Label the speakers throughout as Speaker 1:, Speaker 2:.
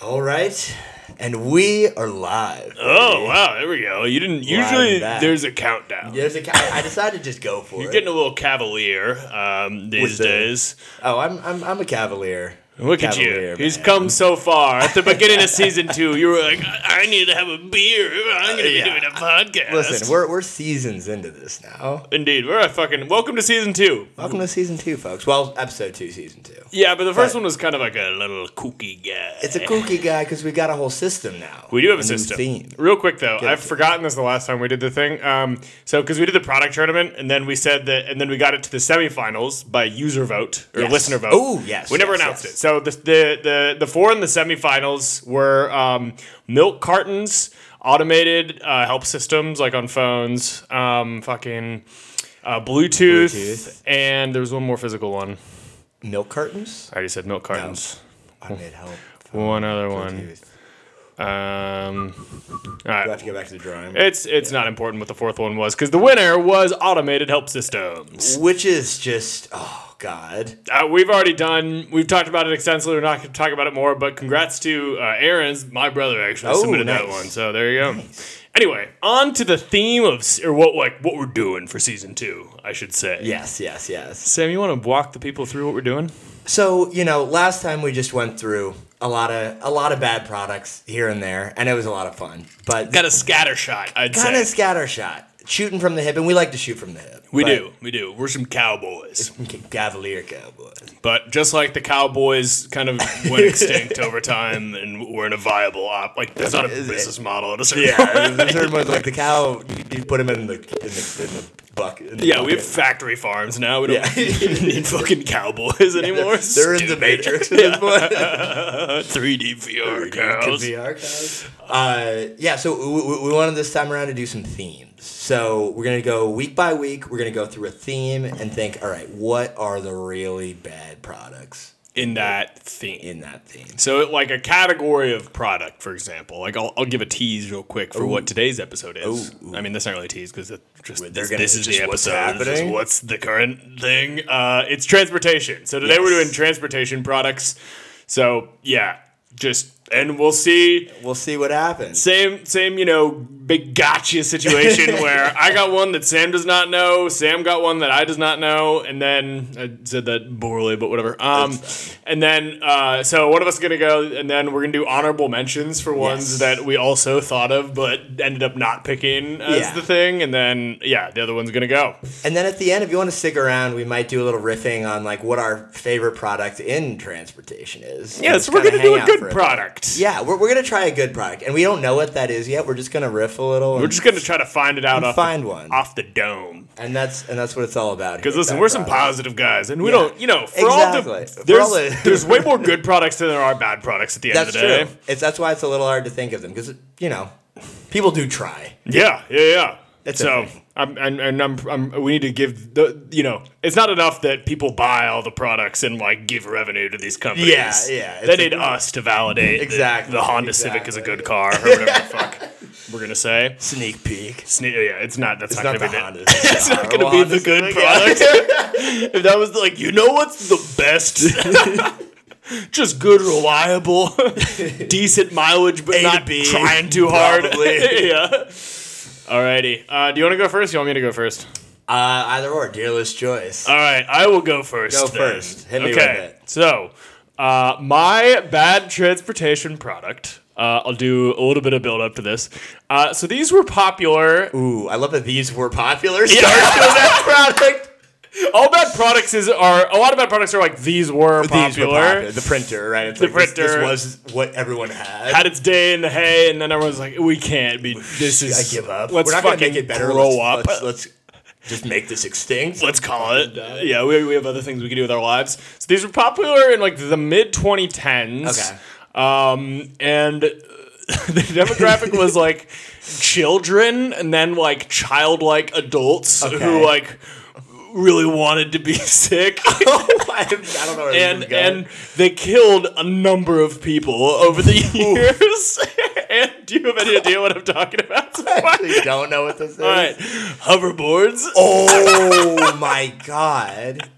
Speaker 1: All right, and we are live.
Speaker 2: Oh wow, there we go. You didn't
Speaker 1: Live
Speaker 2: usually
Speaker 1: back.
Speaker 2: there's a countdown.
Speaker 1: There's a ca- I decided to just go for
Speaker 2: You're
Speaker 1: it.
Speaker 2: getting a little cavalier um, these
Speaker 1: With the-
Speaker 2: days.
Speaker 1: oh, I'm I'm I'm a cavalier.
Speaker 2: Look
Speaker 1: Cavalier,
Speaker 2: at you. He's
Speaker 1: man.
Speaker 2: come so far. At the beginning of season two, you were like, I, I need to have a beer. I'm gonna
Speaker 1: Yeah.
Speaker 2: be doing a podcast.
Speaker 1: Listen, we're we're seasons into this now.
Speaker 2: Indeed, we're a fucking welcome to season two.
Speaker 1: Welcome to season two, folks. Well, episode two, season two.
Speaker 2: Yeah, but the first
Speaker 1: But-
Speaker 2: one was kind of like a little kooky guy.
Speaker 1: It's a kooky guy because we got a whole system now.
Speaker 2: We do have a
Speaker 1: a new
Speaker 2: system.
Speaker 1: Theme.
Speaker 2: Real quick though,
Speaker 1: Get
Speaker 2: I've
Speaker 1: it.
Speaker 2: forgotten this the last time we did the thing. Um, so because we did the product tournament, and then we said that, and then we got it to the semifinals by user vote or
Speaker 1: Yes.
Speaker 2: listener vote.
Speaker 1: Oh, yes,
Speaker 2: we never
Speaker 1: yes,
Speaker 2: announced
Speaker 1: yes.
Speaker 2: it. So the, the the the four in the semifinals were um, milk cartons, automated uh, help systems like on phones, um, fucking. Uh, Bluetooth,
Speaker 1: Bluetooth.
Speaker 2: and there was one more physical one.
Speaker 1: Milk cartons.
Speaker 2: I already said milk cartons.
Speaker 1: I made help.
Speaker 2: One other
Speaker 1: Dude,
Speaker 2: one. Um, all
Speaker 1: I
Speaker 2: right.
Speaker 1: have to go back to the drawing. board.
Speaker 2: It's it's not important what the fourth one was because the winner was automated help systems.
Speaker 1: Which is just oh god.
Speaker 2: Uh, we've already done. We've talked about it extensively. We're not going to talk about it more. But congrats to uh, Aaron's my brother actually
Speaker 1: Oh,
Speaker 2: submitted that
Speaker 1: nice.
Speaker 2: one. So there you go. Anyway, on to the theme of s- or what like what we're doing for season two, I should say.
Speaker 1: Yes, yes, yes.
Speaker 2: Sam, you want to walk the people through what we're doing?
Speaker 1: So you know, last time we just went through a lot of a lot of bad products here and there, and it was a lot of fun. But
Speaker 2: Got a scatter shot. I'd
Speaker 1: kind
Speaker 2: say.
Speaker 1: of scatter shot, shooting from the hip, and we like to shoot from the hip.
Speaker 2: we
Speaker 1: but-
Speaker 2: do, we do. We're some cowboys,
Speaker 1: Cavalier Cowboys.
Speaker 2: but just like the cowboys, kind of went extinct over time, and weren't a viable op. Like that's not a business model. At a certain point.
Speaker 1: Yeah, the third one's like the cow. You, you put him in the in the, in the bucket. in the
Speaker 2: Yeah, we have
Speaker 1: bucket.
Speaker 2: factory farms now. We don't
Speaker 1: Yeah.
Speaker 2: need fucking cowboys anymore.
Speaker 1: They're in the Matrix at this point.
Speaker 2: three D VR
Speaker 1: Could
Speaker 2: cows.
Speaker 1: be our cows. Uh, yeah, so we- we, we wanted this time around to do some themes. So we're gonna go week by week. We're gonna go through a theme and think. All right, what are the really bad products
Speaker 2: in that theme.
Speaker 1: in that theme?
Speaker 2: So, like a category of product, for example, like I'll, I'll give a tease real quick for what today's episode is. I mean, that's not really a tease because just this,
Speaker 1: gonna-
Speaker 2: this is
Speaker 1: just
Speaker 2: the
Speaker 1: what's
Speaker 2: episode. This is
Speaker 1: happening.
Speaker 2: what's the current thing? Uh, it's transportation. So today we're
Speaker 1: Yes.
Speaker 2: doing transportation products. So yeah, just and we'll see.
Speaker 1: We'll see what happens.
Speaker 2: Same, same, you know, big gotcha situation where I got one that Sam does not know, Sam got one that I does not know, and then I said that poorly, but whatever. Um, and then uh, so one of us is gonna go, and then we're gonna do honorable mentions for
Speaker 1: Yes.
Speaker 2: ones that we also thought of but ended up not picking as
Speaker 1: Yeah.
Speaker 2: the thing, and then yeah, the other one's gonna go.
Speaker 1: And then at the end, if you want to stick around, we might do a little riffing on like what our favorite product in transportation is.
Speaker 2: Yeah,
Speaker 1: And
Speaker 2: so
Speaker 1: just
Speaker 2: we're
Speaker 1: kinda
Speaker 2: gonna do
Speaker 1: hang
Speaker 2: a
Speaker 1: out for
Speaker 2: good
Speaker 1: bit.
Speaker 2: product.
Speaker 1: Yeah, we're, we're gonna try a good product, and we don't know what that is yet. We're just gonna riff a little.
Speaker 2: We're
Speaker 1: and-
Speaker 2: just gonna try to find it out off
Speaker 1: find
Speaker 2: the,
Speaker 1: one.
Speaker 2: off the dome.
Speaker 1: and that's and that's what it's all about.
Speaker 2: Because listen, we're some positive guys, and we
Speaker 1: Yeah.
Speaker 2: don't, you know, for all the
Speaker 1: Exactly. For
Speaker 2: there's,
Speaker 1: all the-
Speaker 2: there's way more good products than there are bad products at the end
Speaker 1: That's
Speaker 2: of the day.
Speaker 1: true. It's that's why it's a little hard to think of them because you know people do try.
Speaker 2: Yeah, yeah, yeah.
Speaker 1: That's
Speaker 2: so,
Speaker 1: okay.
Speaker 2: I'm, and, and I'm, I'm, we need to give the, you know, it's not enough that people buy all the products and like give revenue to these companies.
Speaker 1: Yeah, yeah,
Speaker 2: They
Speaker 1: it's
Speaker 2: need us to validate that
Speaker 1: Exactly,
Speaker 2: the Honda Civic is a good car or whatever the fuck we're gonna say.
Speaker 1: Sneak peek.
Speaker 2: Sne- oh, yeah, it's not. That's
Speaker 1: It's not
Speaker 2: not,
Speaker 1: the
Speaker 2: gonna be
Speaker 1: Honda.
Speaker 2: the, It's not gonna be the good product. if that was like, you know what's the best? Just good, reliable, decent mileage, but
Speaker 1: to
Speaker 2: not
Speaker 1: B,
Speaker 2: trying too hard.
Speaker 1: probably.
Speaker 2: yeah. Alrighty. Uh, do you want to go first? You want me to go first?
Speaker 1: Uh, either or, dearless choice.
Speaker 2: All right, I will go first.
Speaker 1: Go
Speaker 2: then.
Speaker 1: first. Hit me with it.
Speaker 2: So, uh, my bad transportation product. Uh, I'll do a little bit of build up to this. Uh, so these were popular
Speaker 1: Ooh, I love that these were popular. Starts with that product.
Speaker 2: All bad products is are a lot of bad products are like these were popular.
Speaker 1: These were popular. The printer, right? It's the This,
Speaker 2: printer.
Speaker 1: was what everyone had.
Speaker 2: Had its day in the hay, and then everyone's like, "We can't be. This
Speaker 1: I
Speaker 2: is.
Speaker 1: give up.
Speaker 2: Let's
Speaker 1: we're not
Speaker 2: fucking
Speaker 1: gonna make it better.
Speaker 2: grow
Speaker 1: let's,
Speaker 2: up.
Speaker 1: Let's, let's just make this extinct.
Speaker 2: Let's call it. yeah, we, we have other things we can do with our lives. So these were popular in like the mid 2010s.
Speaker 1: Okay.
Speaker 2: Um, and uh, the demographic was like children and then like childlike adults
Speaker 1: Okay.
Speaker 2: who like really wanted to be sick.
Speaker 1: I don't know. Where
Speaker 2: and
Speaker 1: this is going.
Speaker 2: and they killed a number of people over the years. and do you have any idea what I'm talking about?
Speaker 1: actually don't know what this is.
Speaker 2: All right, hoverboards.
Speaker 1: Oh my god.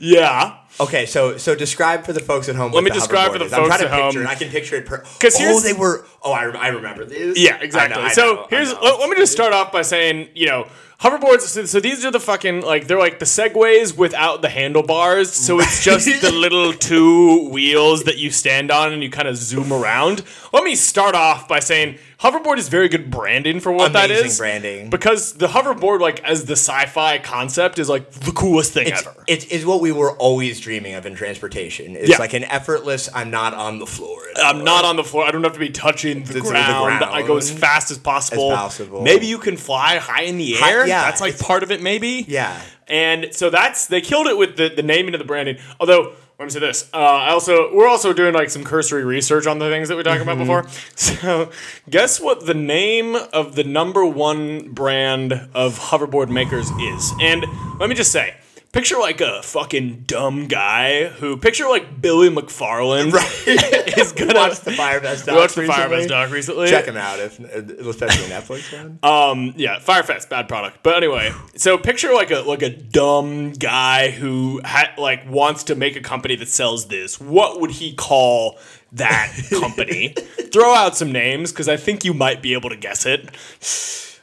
Speaker 2: Yeah,
Speaker 1: Okay, so so describe for the folks at home. Let
Speaker 2: me describe for the
Speaker 1: I'm trying
Speaker 2: folks
Speaker 1: to
Speaker 2: at
Speaker 1: picture
Speaker 2: home.
Speaker 1: it. I can picture it. Per-
Speaker 2: 'Cause
Speaker 1: oh,
Speaker 2: here's-
Speaker 1: they were. Oh, I, rem- I remember this. I
Speaker 2: Yeah,
Speaker 1: know,
Speaker 2: exactly.
Speaker 1: I
Speaker 2: so
Speaker 1: know, I
Speaker 2: here's
Speaker 1: know.
Speaker 2: let, let me just start off by saying, you know, hoverboards. So, so these are the fucking like they're like the segways without the handlebars. So it's just the little two wheels that you stand on and you kind of zoom around. Let me start off by saying hoverboard is very good branding for what that
Speaker 1: Amazing
Speaker 2: is.
Speaker 1: branding.
Speaker 2: because the hoverboard, like as the sci-fi concept, is like the coolest thing
Speaker 1: It's,
Speaker 2: ever.
Speaker 1: it's, it's what we were always dreaming of in transportation. It's
Speaker 2: Yeah.
Speaker 1: like an effortless. I'm not on the floor.
Speaker 2: I'm not on the floor. I don't have to be touching
Speaker 1: The-
Speaker 2: the,
Speaker 1: the
Speaker 2: ground. I go as
Speaker 1: ground.
Speaker 2: fast as possible.
Speaker 1: possible.
Speaker 2: Maybe you can fly high in the air.
Speaker 1: Hi- yeah,
Speaker 2: that's like part of it, maybe.
Speaker 1: Yeah.
Speaker 2: And so that's they killed it with the, the naming of the branding. Although let me say this, uh, I also we're also doing like some cursory research on the things that we talked
Speaker 1: Mm-hmm.
Speaker 2: about before. So guess what the name of the number one brand of hoverboard makers is? And let me just say. Picture like a fucking dumb guy who picture like Billy McFarland right. is gonna
Speaker 1: Watch the Firefest doc.
Speaker 2: we watched the
Speaker 1: recently.
Speaker 2: Firefest doc recently.
Speaker 1: Check him out if, especially the Netflix one.
Speaker 2: Um, yeah, Firefest, bad product. But anyway, so picture like a like a dumb guy who ha- like wants to make a company that sells this. What would he call that company? Throw out some names because I think you might be able to guess it.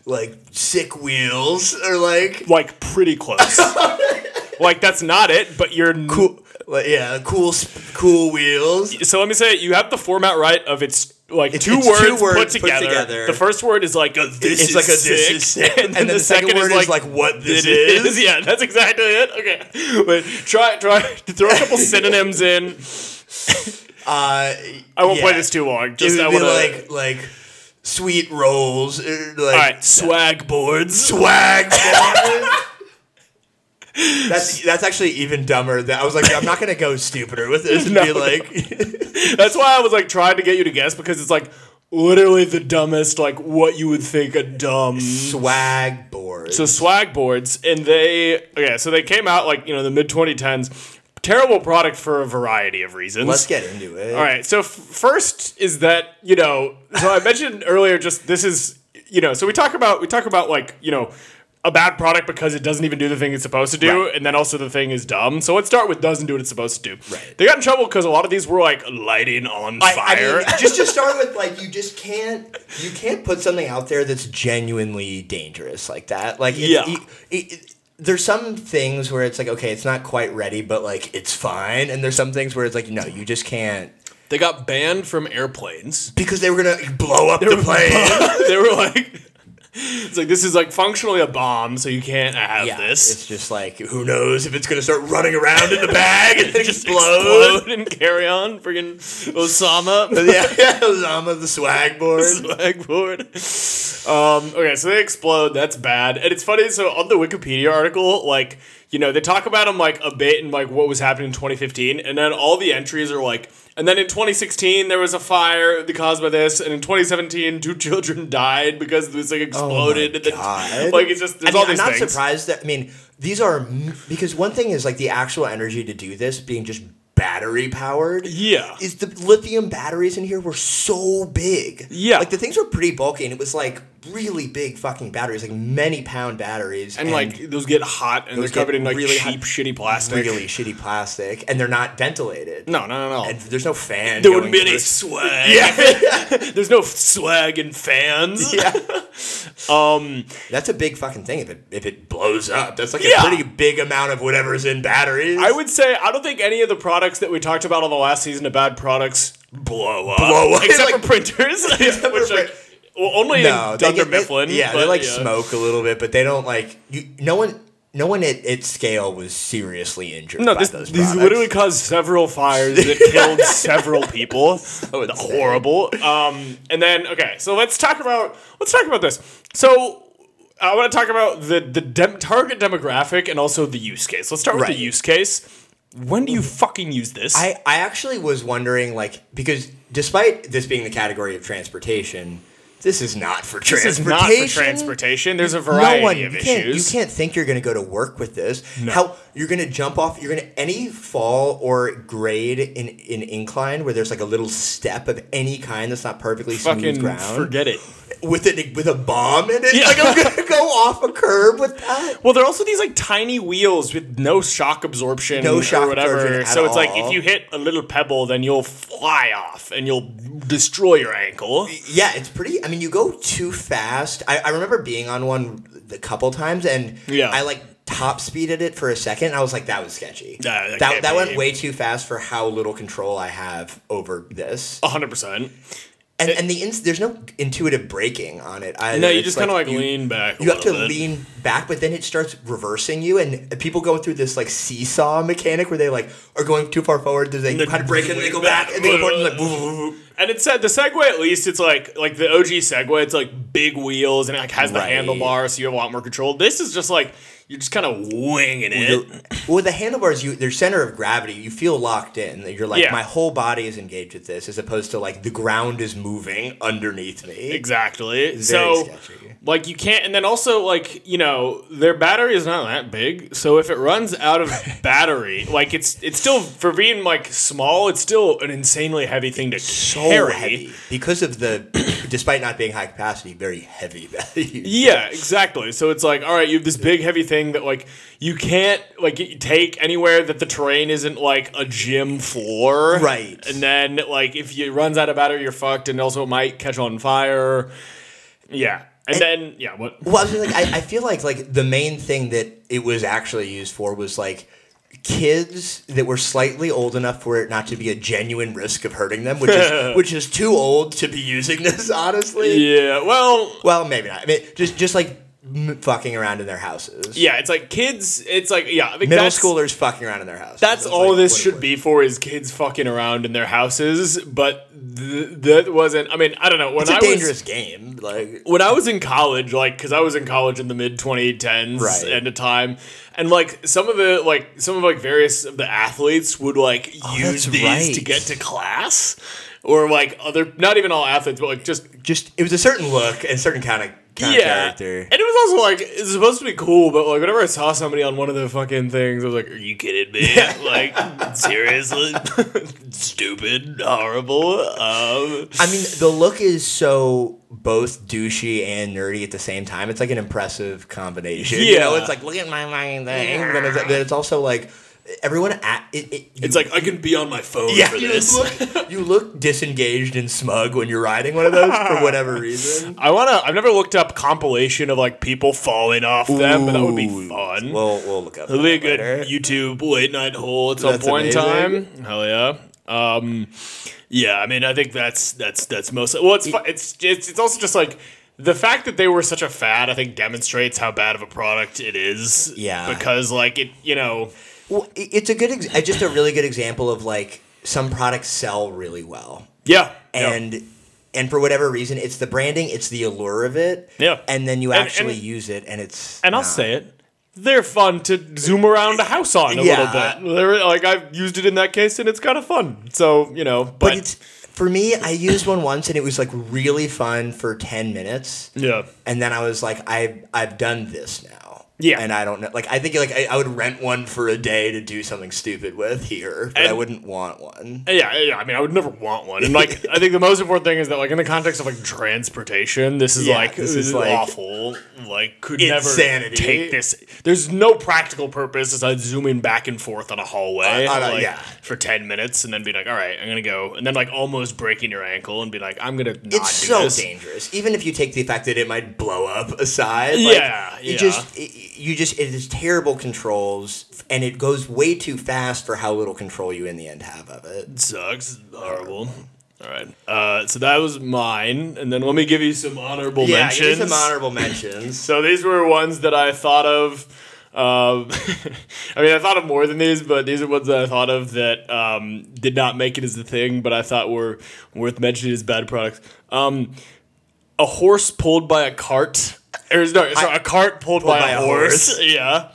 Speaker 1: like sick wheels or like
Speaker 2: Like pretty close. like that's not it, but you're n-
Speaker 1: cool. Like, yeah, cool, sp- cool wheels.
Speaker 2: so let me say you have the format right of it's like
Speaker 1: It's-
Speaker 2: two,
Speaker 1: it's two
Speaker 2: words
Speaker 1: words
Speaker 2: put,
Speaker 1: put
Speaker 2: together.
Speaker 1: together.
Speaker 2: The first word is like a this
Speaker 1: it's
Speaker 2: is
Speaker 1: like a this
Speaker 2: sick.
Speaker 1: is sick.
Speaker 2: and, then the, second,
Speaker 1: word
Speaker 2: is like,
Speaker 1: what this
Speaker 2: It
Speaker 1: is.
Speaker 2: is, yeah, that's exactly it. Okay, but try try to throw a couple synonyms in.
Speaker 1: Uh,
Speaker 2: I won't play
Speaker 1: yeah.
Speaker 2: this too long.
Speaker 1: It
Speaker 2: Just I
Speaker 1: would be
Speaker 2: want to.
Speaker 1: like like sweet rolls. Or like
Speaker 2: all right, swag boards.
Speaker 1: swag. boy. That's that's actually even dumber. That I was like, I'm not gonna go stupider with this and
Speaker 2: No,
Speaker 1: be
Speaker 2: no.
Speaker 1: like,
Speaker 2: That's why I was like trying to get you to guess because it's like literally the dumbest like what you would think a dumb
Speaker 1: swag board.
Speaker 2: So swag boards, and they okay, so they came out like you know the mid 2010s. Terrible product for a variety of reasons.
Speaker 1: Let's get into it.
Speaker 2: All right. So f- first is that you know. So I mentioned earlier, just this is you know. So we talk about we talk about like you know a bad product because it doesn't even do the thing it's supposed to do,
Speaker 1: Right.
Speaker 2: and then also the thing is dumb. So let's start with doesn't do what it's supposed to do.
Speaker 1: Right.
Speaker 2: They got in trouble because a lot of these were like lighting on
Speaker 1: I, I
Speaker 2: fire.
Speaker 1: mean, just to start with, like you just can't you can't put something out there that's genuinely dangerous like that. Like it-
Speaker 2: Yeah.
Speaker 1: it- it- it- there's some things where it's like okay, it's not quite ready, but like it's fine. And there's some things where it's like no, you just can't
Speaker 2: they got banned from airplanes.
Speaker 1: because they were gonna blow up the plane.
Speaker 2: they were like, it's like this is like functionally a bomb, so you can't have
Speaker 1: Yeah,
Speaker 2: this.
Speaker 1: it's just like who knows if it's gonna start running around in the bag and then
Speaker 2: Just
Speaker 1: explode.
Speaker 2: explode and carry on, friggin' Osama.
Speaker 1: yeah, yeah, Llama the swag board.
Speaker 2: Blackboard. Um, okay, so they explode. That's bad. And it's funny. So on the Wikipedia article, like you know, they talk about them like a bit and like what was happening in 2015, and then all the entries are like. And then in 2016, there was a fire caused by this, and in 2017, two children died because this like exploded. and then-
Speaker 1: Oh God.
Speaker 2: Like it's just there's
Speaker 1: I mean,
Speaker 2: all these
Speaker 1: I'm not
Speaker 2: things.
Speaker 1: surprised that I mean these are m- because one thing is like the actual energy to do this being just battery powered.
Speaker 2: Yeah.
Speaker 1: Is the lithium batteries in here were so big.
Speaker 2: Yeah.
Speaker 1: Like the things were pretty bulky and it was like really big fucking batteries, like many pound batteries.
Speaker 2: and, like those get hot and they're
Speaker 1: get
Speaker 2: covered in like
Speaker 1: really
Speaker 2: cheap,
Speaker 1: hot-
Speaker 2: shitty plastic.
Speaker 1: really shitty plastic and they're not ventilated.
Speaker 2: No, no, no, no.
Speaker 1: And there's no fan.
Speaker 2: there wouldn't be
Speaker 1: going
Speaker 2: any
Speaker 1: through.
Speaker 2: swag. Yeah. There's no swag and fans.
Speaker 1: Yeah. um, that's a big fucking thing if it if it blows up. That's like
Speaker 2: Um, Yeah.
Speaker 1: a pretty big amount of whatever's in batteries.
Speaker 2: I would say I don't think any of the products that we talked about on the last season of bad products blow up.
Speaker 1: Blow up.
Speaker 2: Except
Speaker 1: Like-
Speaker 2: for printers.
Speaker 1: Except
Speaker 2: which
Speaker 1: for
Speaker 2: like well, only
Speaker 1: no,
Speaker 2: in
Speaker 1: Uh, they
Speaker 2: Dunder
Speaker 1: get, they-
Speaker 2: Mifflin.
Speaker 1: yeah, they
Speaker 2: but,
Speaker 1: like
Speaker 2: yeah.
Speaker 1: smoke a little bit, but they don't like you. No one, no one at, at scale was seriously injured.
Speaker 2: No,
Speaker 1: by
Speaker 2: this,
Speaker 1: those
Speaker 2: these
Speaker 1: products.
Speaker 2: literally caused several fires that killed several people. Horrible. Um, and then okay, so let's talk about let's talk about this. So I want to talk about the the dem- target demographic and also the use case. Let's start with
Speaker 1: Right.
Speaker 2: the use case. When do you fucking use this?
Speaker 1: I, I actually was wondering, like, because despite this being the category of transportation, this is not for
Speaker 2: This is
Speaker 1: transportation.
Speaker 2: not for transportation. There's a variety
Speaker 1: no one,
Speaker 2: of
Speaker 1: you can't,
Speaker 2: issues.
Speaker 1: You can't think you're going to go to work with this. How you're going to jump off? You're going to any fall or grade in in incline where there's like a little step of any kind that's not perfectly smooth
Speaker 2: fucking
Speaker 1: ground
Speaker 2: forget it.
Speaker 1: with it with a bomb in it.
Speaker 2: Yeah.
Speaker 1: Like I'm going to go off a curb with that.
Speaker 2: Well, they're also these like tiny wheels with no shock absorption
Speaker 1: No
Speaker 2: or
Speaker 1: shock
Speaker 2: whatever.
Speaker 1: absorption at
Speaker 2: so it's like if
Speaker 1: all.
Speaker 2: you hit a little pebble, then you'll fly off and you'll destroy your ankle.
Speaker 1: Yeah, it's pretty. I mean, you go too fast. I, I remember being on one a couple times, and
Speaker 2: Yeah.
Speaker 1: I like top speeded it for a second. And I was like, that was sketchy.
Speaker 2: Nah,
Speaker 1: that
Speaker 2: that
Speaker 1: that,
Speaker 2: can't be.
Speaker 1: went way too fast for how little control I have over this.
Speaker 2: 100%.
Speaker 1: And and the ins- there's no intuitive braking on it. Either.
Speaker 2: No, you
Speaker 1: It's
Speaker 2: just kind of like,
Speaker 1: you-
Speaker 2: lean back. a
Speaker 1: You have to
Speaker 2: little bit.
Speaker 1: lean back, but then it starts reversing you, and people go through this like seesaw mechanic where they like are going too far forward, then they
Speaker 2: They
Speaker 1: kind of brake and then they go back, and they go forward and like.
Speaker 2: And it said the Segway at least it's like like the OG Segway it's like big wheels and it like has the
Speaker 1: Right.
Speaker 2: handlebar so you have a lot more control. This is just like you're just kind of winging it.
Speaker 1: well, with the handlebars, you their center of gravity, you feel locked in. You're like,
Speaker 2: Yeah.
Speaker 1: my whole body is engaged with this, as opposed to like the ground is moving underneath me.
Speaker 2: Exactly. so
Speaker 1: sketchy.
Speaker 2: like you can't and then also like, you know, their battery is not that big. So if it runs out of battery, like it's it's still for being like small, it's still an insanely heavy thing to
Speaker 1: So
Speaker 2: carry.
Speaker 1: heavy because of the, despite not being high capacity, very heavy value.
Speaker 2: Yeah, exactly. So it's like, all right, you have this big heavy thing that like you can't like y- take anywhere that the terrain isn't like a gym floor.
Speaker 1: Right.
Speaker 2: And then like if you- it runs out of battery, you're fucked, and also it might catch on fire. Yeah. And, then yeah, what?
Speaker 1: Well, I was just like, I, I feel like like the main thing that it was actually used for was like kids that were slightly old enough for it not to be a genuine risk of hurting them, which is which is too old to be using this, honestly.
Speaker 2: Yeah. Well,
Speaker 1: Well, maybe not. I mean, just just like m- fucking around in their houses.
Speaker 2: yeah, it's like kids. It's like yeah, I think
Speaker 1: Middle
Speaker 2: that's-
Speaker 1: schoolers fucking around in their houses.
Speaker 2: That's
Speaker 1: like
Speaker 2: all this
Speaker 1: what it
Speaker 2: should
Speaker 1: was.
Speaker 2: be for is kids fucking around in their houses, but th- that wasn't. I mean, I don't know. When
Speaker 1: It's a
Speaker 2: I was,
Speaker 1: dangerous game. Like
Speaker 2: when I was in college, like, because I was in college in the mid 2010s
Speaker 1: Right.
Speaker 2: at a time, and like some of the like some of like various of the athletes would like use
Speaker 1: Oh, that's
Speaker 2: these
Speaker 1: right.
Speaker 2: to get to class, or like other not even all athletes, but like just
Speaker 1: just it was a certain look and certain kind of, kind
Speaker 2: yeah.
Speaker 1: of character.
Speaker 2: And it was also like it's supposed to be cool, but like whenever I saw somebody on one of the fucking things, I was like, "Are you kidding me? Like seriously, stupid, horrible." Um,
Speaker 1: I mean, the look is so both douchey and nerdy at the same time. It's like an impressive combination. You know,
Speaker 2: Yeah.
Speaker 1: it's like look at my mind thing, but it's, then it's also like everyone at it. it
Speaker 2: it's like I can be on my phone
Speaker 1: yeah,
Speaker 2: for
Speaker 1: you
Speaker 2: this.
Speaker 1: look you look disengaged and smug when you're riding one of those for whatever reason.
Speaker 2: I wanna. I've never looked up compilation of like people falling off them, but that would be
Speaker 1: Ooh.
Speaker 2: fun.
Speaker 1: We'll we'll look up.
Speaker 2: It'll be a
Speaker 1: that
Speaker 2: good
Speaker 1: later.
Speaker 2: YouTube late night hole at some
Speaker 1: That's
Speaker 2: point in
Speaker 1: amazing.
Speaker 2: time. Hell yeah. Um, yeah, I mean, I think that's that's that's mostly. Well, it's fu- it's it's it's also just like the fact that they were such a fad. I think demonstrates how bad of a product it is.
Speaker 1: Yeah.
Speaker 2: because like it, you know,
Speaker 1: Well, i- it's a good, ex- uh, just a really good example of like some products sell really well,
Speaker 2: yeah, yeah.
Speaker 1: and and for whatever reason, it's the branding, it's the allure of it,
Speaker 2: Yeah.
Speaker 1: and then you
Speaker 2: And-
Speaker 1: actually
Speaker 2: and-
Speaker 1: use it, and it's
Speaker 2: and I'll
Speaker 1: not.
Speaker 2: say it. They're fun to zoom around a house on a
Speaker 1: Yeah.
Speaker 2: little bit. They're, like I've used it in that case, and it's kind of fun. So you know, but,
Speaker 1: but it's for me, I used one once, and it was like really fun for ten minutes,
Speaker 2: yeah,
Speaker 1: and then I was like, I I've done this now.
Speaker 2: Yeah.
Speaker 1: and I don't know. Like, I think like I, I would rent one for a day to do something stupid with here, but I
Speaker 2: And-
Speaker 1: wouldn't want one.
Speaker 2: Yeah, yeah. I mean, I would never want one. And like, I think the most important thing is that, like, in the context of like transportation, this is
Speaker 1: Yeah,
Speaker 2: like
Speaker 1: this is, like,
Speaker 2: awful. Like, could
Speaker 1: insanity.
Speaker 2: never take this. There's no practical purpose besides zooming back and forth on a hallway,
Speaker 1: Uh, on a-
Speaker 2: like,
Speaker 1: yeah.
Speaker 2: for ten minutes, and then be like, all right, I'm gonna go, and then like almost breaking your ankle, and be like, I'm gonna not do
Speaker 1: it's so
Speaker 2: this.
Speaker 1: dangerous. Even if you take the fact that it might blow up aside, like,
Speaker 2: Yeah,
Speaker 1: you
Speaker 2: yeah.
Speaker 1: just it, you just it is terrible controls, and it goes way too fast for how little control you in the end have of it.
Speaker 2: Sucks. Horrible. All right. Uh, so that was mine, and then let me give you some honorable
Speaker 1: Yeah,
Speaker 2: mentions.
Speaker 1: give me some honorable mentions.
Speaker 2: So these were ones that I thought of. Um, I mean, I thought of more than these, but these are ones that I thought of that um, did not make it as a thing, but I thought were worth mentioning as bad products. Um, a horse pulled by a cart. Or, no, sorry, a cart pulled, by, a horse. Yeah.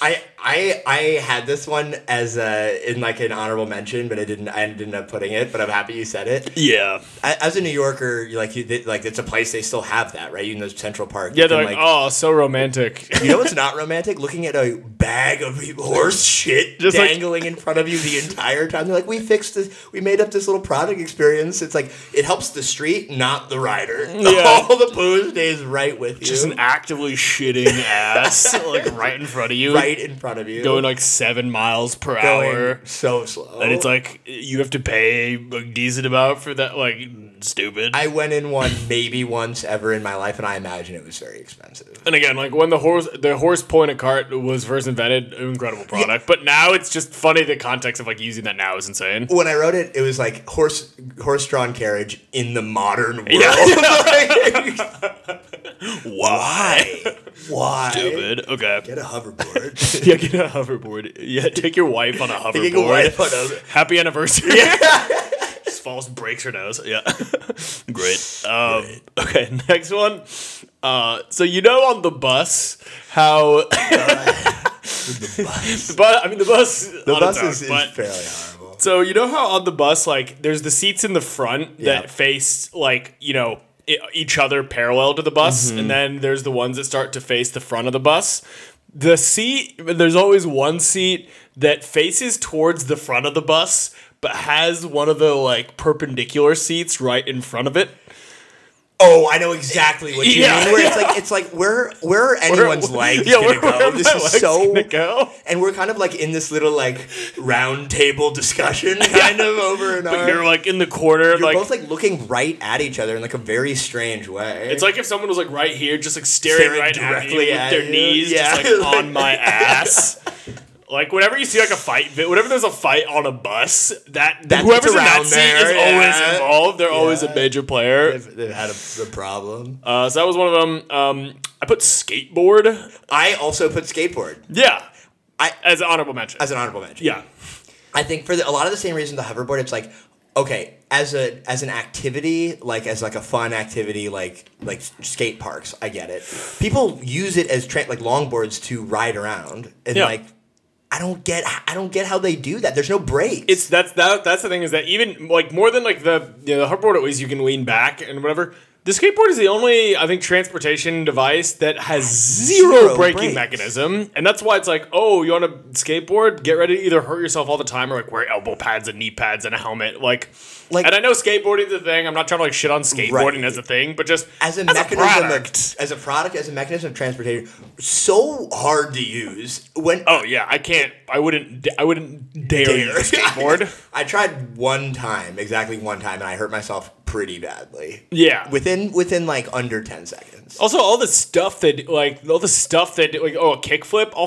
Speaker 1: I I I had this one as uh in like an honorable mention, but I didn't. I ended up putting it, but I'm happy you said it.
Speaker 2: Yeah.
Speaker 1: A- As a New Yorker, you like you they- like it's a place they still have that right. You know Central Park.
Speaker 2: Yeah,
Speaker 1: you
Speaker 2: they're
Speaker 1: can,
Speaker 2: like, oh, so romantic.
Speaker 1: You know what's not romantic? Looking at a bag of horse shit
Speaker 2: Just like-
Speaker 1: dangling in front of you the entire time. They're like, we fixed this. We made up this little product experience. It's like it helps the street, not the rider.
Speaker 2: Yeah.
Speaker 1: All the booze stays right with you,
Speaker 2: Just an actively shitting ass, like right in front of you,
Speaker 1: right in front of you,
Speaker 2: going like seven miles per
Speaker 1: Going
Speaker 2: hour.
Speaker 1: so slow.
Speaker 2: And it's like you have to pay a decent amount for that. Like stupid.
Speaker 1: I went in one maybe once ever in my life, and I imagine it was very expensive.
Speaker 2: and again, like when the horse, the horse point a cart was first invented, an incredible product. But now it's just funny. The context of like using that now is insane.
Speaker 1: When I wrote it, it was like horse horse drawn carriage in the modern world. Like,
Speaker 2: Why?
Speaker 1: why?
Speaker 2: Stupid. Okay.
Speaker 1: Get a hoverboard.
Speaker 2: yeah, get a hoverboard. Yeah, take your wife on a hoverboard.
Speaker 1: Take a wife on a-
Speaker 2: Happy anniversary. Just falls, breaks her nose. Yeah. Great. Um, Okay, next one. Uh, so you know on the bus how the bus. I mean the bus.
Speaker 1: The bus is, is
Speaker 2: but,
Speaker 1: fairly horrible.
Speaker 2: so you know how on the bus, like, there's the seats in the front
Speaker 1: Yeah.
Speaker 2: that face like you know i- each other parallel to the bus,
Speaker 1: Mm-hmm.
Speaker 2: and then there's the ones that start to face the front of the bus. The seat, there's always one seat that faces towards the front of the bus, but has one of the like perpendicular seats right in front of it.
Speaker 1: Oh, I know exactly what you
Speaker 2: Yeah.
Speaker 1: mean. Where it's like it's like where where are anyone's legs
Speaker 2: Yeah,
Speaker 1: gonna
Speaker 2: where-
Speaker 1: go?
Speaker 2: where
Speaker 1: this
Speaker 2: my
Speaker 1: is
Speaker 2: legs
Speaker 1: so
Speaker 2: gonna go?
Speaker 1: and we're kind of like in this little like round table discussion kind of over and
Speaker 2: But
Speaker 1: over.
Speaker 2: you're like in the corner,
Speaker 1: We're
Speaker 2: like
Speaker 1: both like looking right at each other in like a very strange way.
Speaker 2: It's like if someone was like right here, just like staring,
Speaker 1: Staring
Speaker 2: right
Speaker 1: directly
Speaker 2: at me
Speaker 1: at
Speaker 2: with their
Speaker 1: you.
Speaker 2: knees,
Speaker 1: Yeah.
Speaker 2: just like on my ass. Like whenever you see like a fight, vi- whenever there's a fight on a bus, that
Speaker 1: That's
Speaker 2: whoever's in
Speaker 1: around
Speaker 2: that seat is
Speaker 1: there, yeah.
Speaker 2: always involved. They're always
Speaker 1: Yeah.
Speaker 2: a major player.
Speaker 1: they've, they've had a, the problem.
Speaker 2: Uh, so that was one of them. Um, I put skateboard.
Speaker 1: I also put skateboard
Speaker 2: Yeah,
Speaker 1: I-
Speaker 2: as an honorable mention.
Speaker 1: as an honorable mention.
Speaker 2: yeah,
Speaker 1: I think for the, a lot of the same reason the hoverboard. It's like okay, as a as an activity, like as like a fun activity, like like skate parks. I get it. People use it as tra- like longboards to ride around and
Speaker 2: Yeah.
Speaker 1: like. I don't get. I don't get how they do that. There's no brakes.
Speaker 2: it's that's that that's the thing is that even like more than like the you know, the hoverboard always you can lean back and whatever. The skateboard is the only I think transportation device that has zero,
Speaker 1: Zero
Speaker 2: braking
Speaker 1: brakes.
Speaker 2: mechanism, and that's why it's like, oh, you on a skateboard? Get ready to either hurt yourself all the time or like wear elbow pads and knee pads and a helmet, like.
Speaker 1: Like-
Speaker 2: Like, and I know skateboarding's a thing. I'm not trying to like shit on skateboarding
Speaker 1: Right.
Speaker 2: as a thing, but just
Speaker 1: as a mechanism
Speaker 2: product.
Speaker 1: of, as a product as a mechanism of transportation so hard to use when
Speaker 2: oh yeah, I can't. I wouldn't. da- I wouldn't dare, use a skateboard.
Speaker 1: I tried one time, exactly one time, and I hurt myself pretty badly.
Speaker 2: yeah,
Speaker 1: Within within like under ten seconds.
Speaker 2: Also, all the stuff that like all the stuff that like oh a kickflip, I'll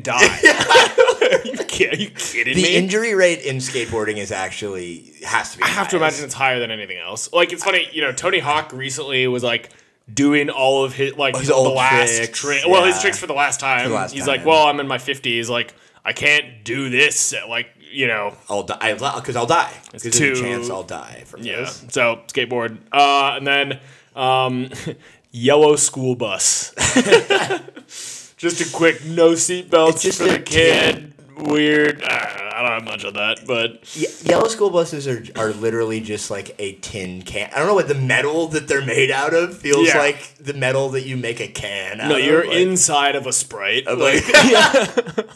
Speaker 2: die. you kid, are you kidding
Speaker 1: The
Speaker 2: me?
Speaker 1: injury rate in skateboarding is actually has to be.
Speaker 2: I have to imagine it's higher than anything else. Like it's funny, you know, Tony Hawk recently was like doing all of his like
Speaker 1: His
Speaker 2: the
Speaker 1: old
Speaker 2: last
Speaker 1: tricks,
Speaker 2: trick. Well,
Speaker 1: yeah.
Speaker 2: his tricks for the last time.
Speaker 1: the last
Speaker 2: He's
Speaker 1: time.
Speaker 2: like, well, I'm in my fifties. Like I can't do this. at, Like you know,
Speaker 1: I'll die because I'll die. Because there's a
Speaker 2: too-
Speaker 1: chance I'll die from
Speaker 2: yeah.
Speaker 1: this.
Speaker 2: So skateboard, uh, and then um, yellow school bus. just a quick no
Speaker 1: It's
Speaker 2: seatbelts
Speaker 1: just
Speaker 2: for the
Speaker 1: a
Speaker 2: kid. Weird. I I don't have much of that, but
Speaker 1: Ye- yellow school buses are are literally just like a tin can. I don't know what the metal that they're made out of feels
Speaker 2: Yeah.
Speaker 1: like. The metal that you make a can. out
Speaker 2: no,
Speaker 1: of,
Speaker 2: you're
Speaker 1: like-
Speaker 2: inside of a sprite.
Speaker 1: like-
Speaker 2: Like,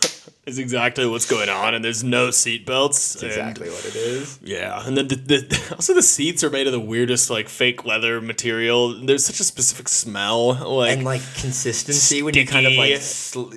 Speaker 2: is exactly what's going on, and there's no seatbelts.
Speaker 1: Exactly what it is.
Speaker 2: Yeah, and then the, the also the seats are made of the weirdest like fake leather material. There's such a specific smell. Like
Speaker 1: And like consistency when you kind of like
Speaker 2: Sticky.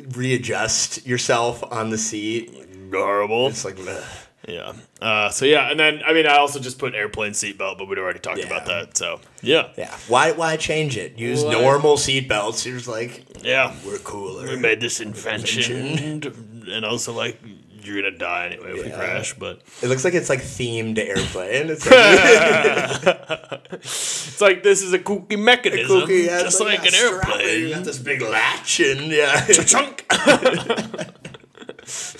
Speaker 1: sl- readjust yourself on the seat.
Speaker 2: horrible.
Speaker 1: It's like bleh.
Speaker 2: Yeah. Uh, so yeah, and then I mean, I also just put airplane seatbelt, but we'd already talked about
Speaker 1: Yeah.
Speaker 2: that. So yeah,
Speaker 1: yeah. Why why change it? Use
Speaker 2: Why-
Speaker 1: normal seat belts. You're just like
Speaker 2: yeah.
Speaker 1: we're cooler.
Speaker 2: We made this invention, and also like you're gonna die anyway if we
Speaker 1: Yeah.
Speaker 2: crash. But
Speaker 1: It looks like it's like themed airplane. It's like
Speaker 2: it's like this is a kooky mechanism,
Speaker 1: cookie, yeah, it's
Speaker 2: just like,
Speaker 1: yeah,
Speaker 2: an
Speaker 1: strap it, You got
Speaker 2: airplane.
Speaker 1: this big latch and yeah.
Speaker 2: Chunk.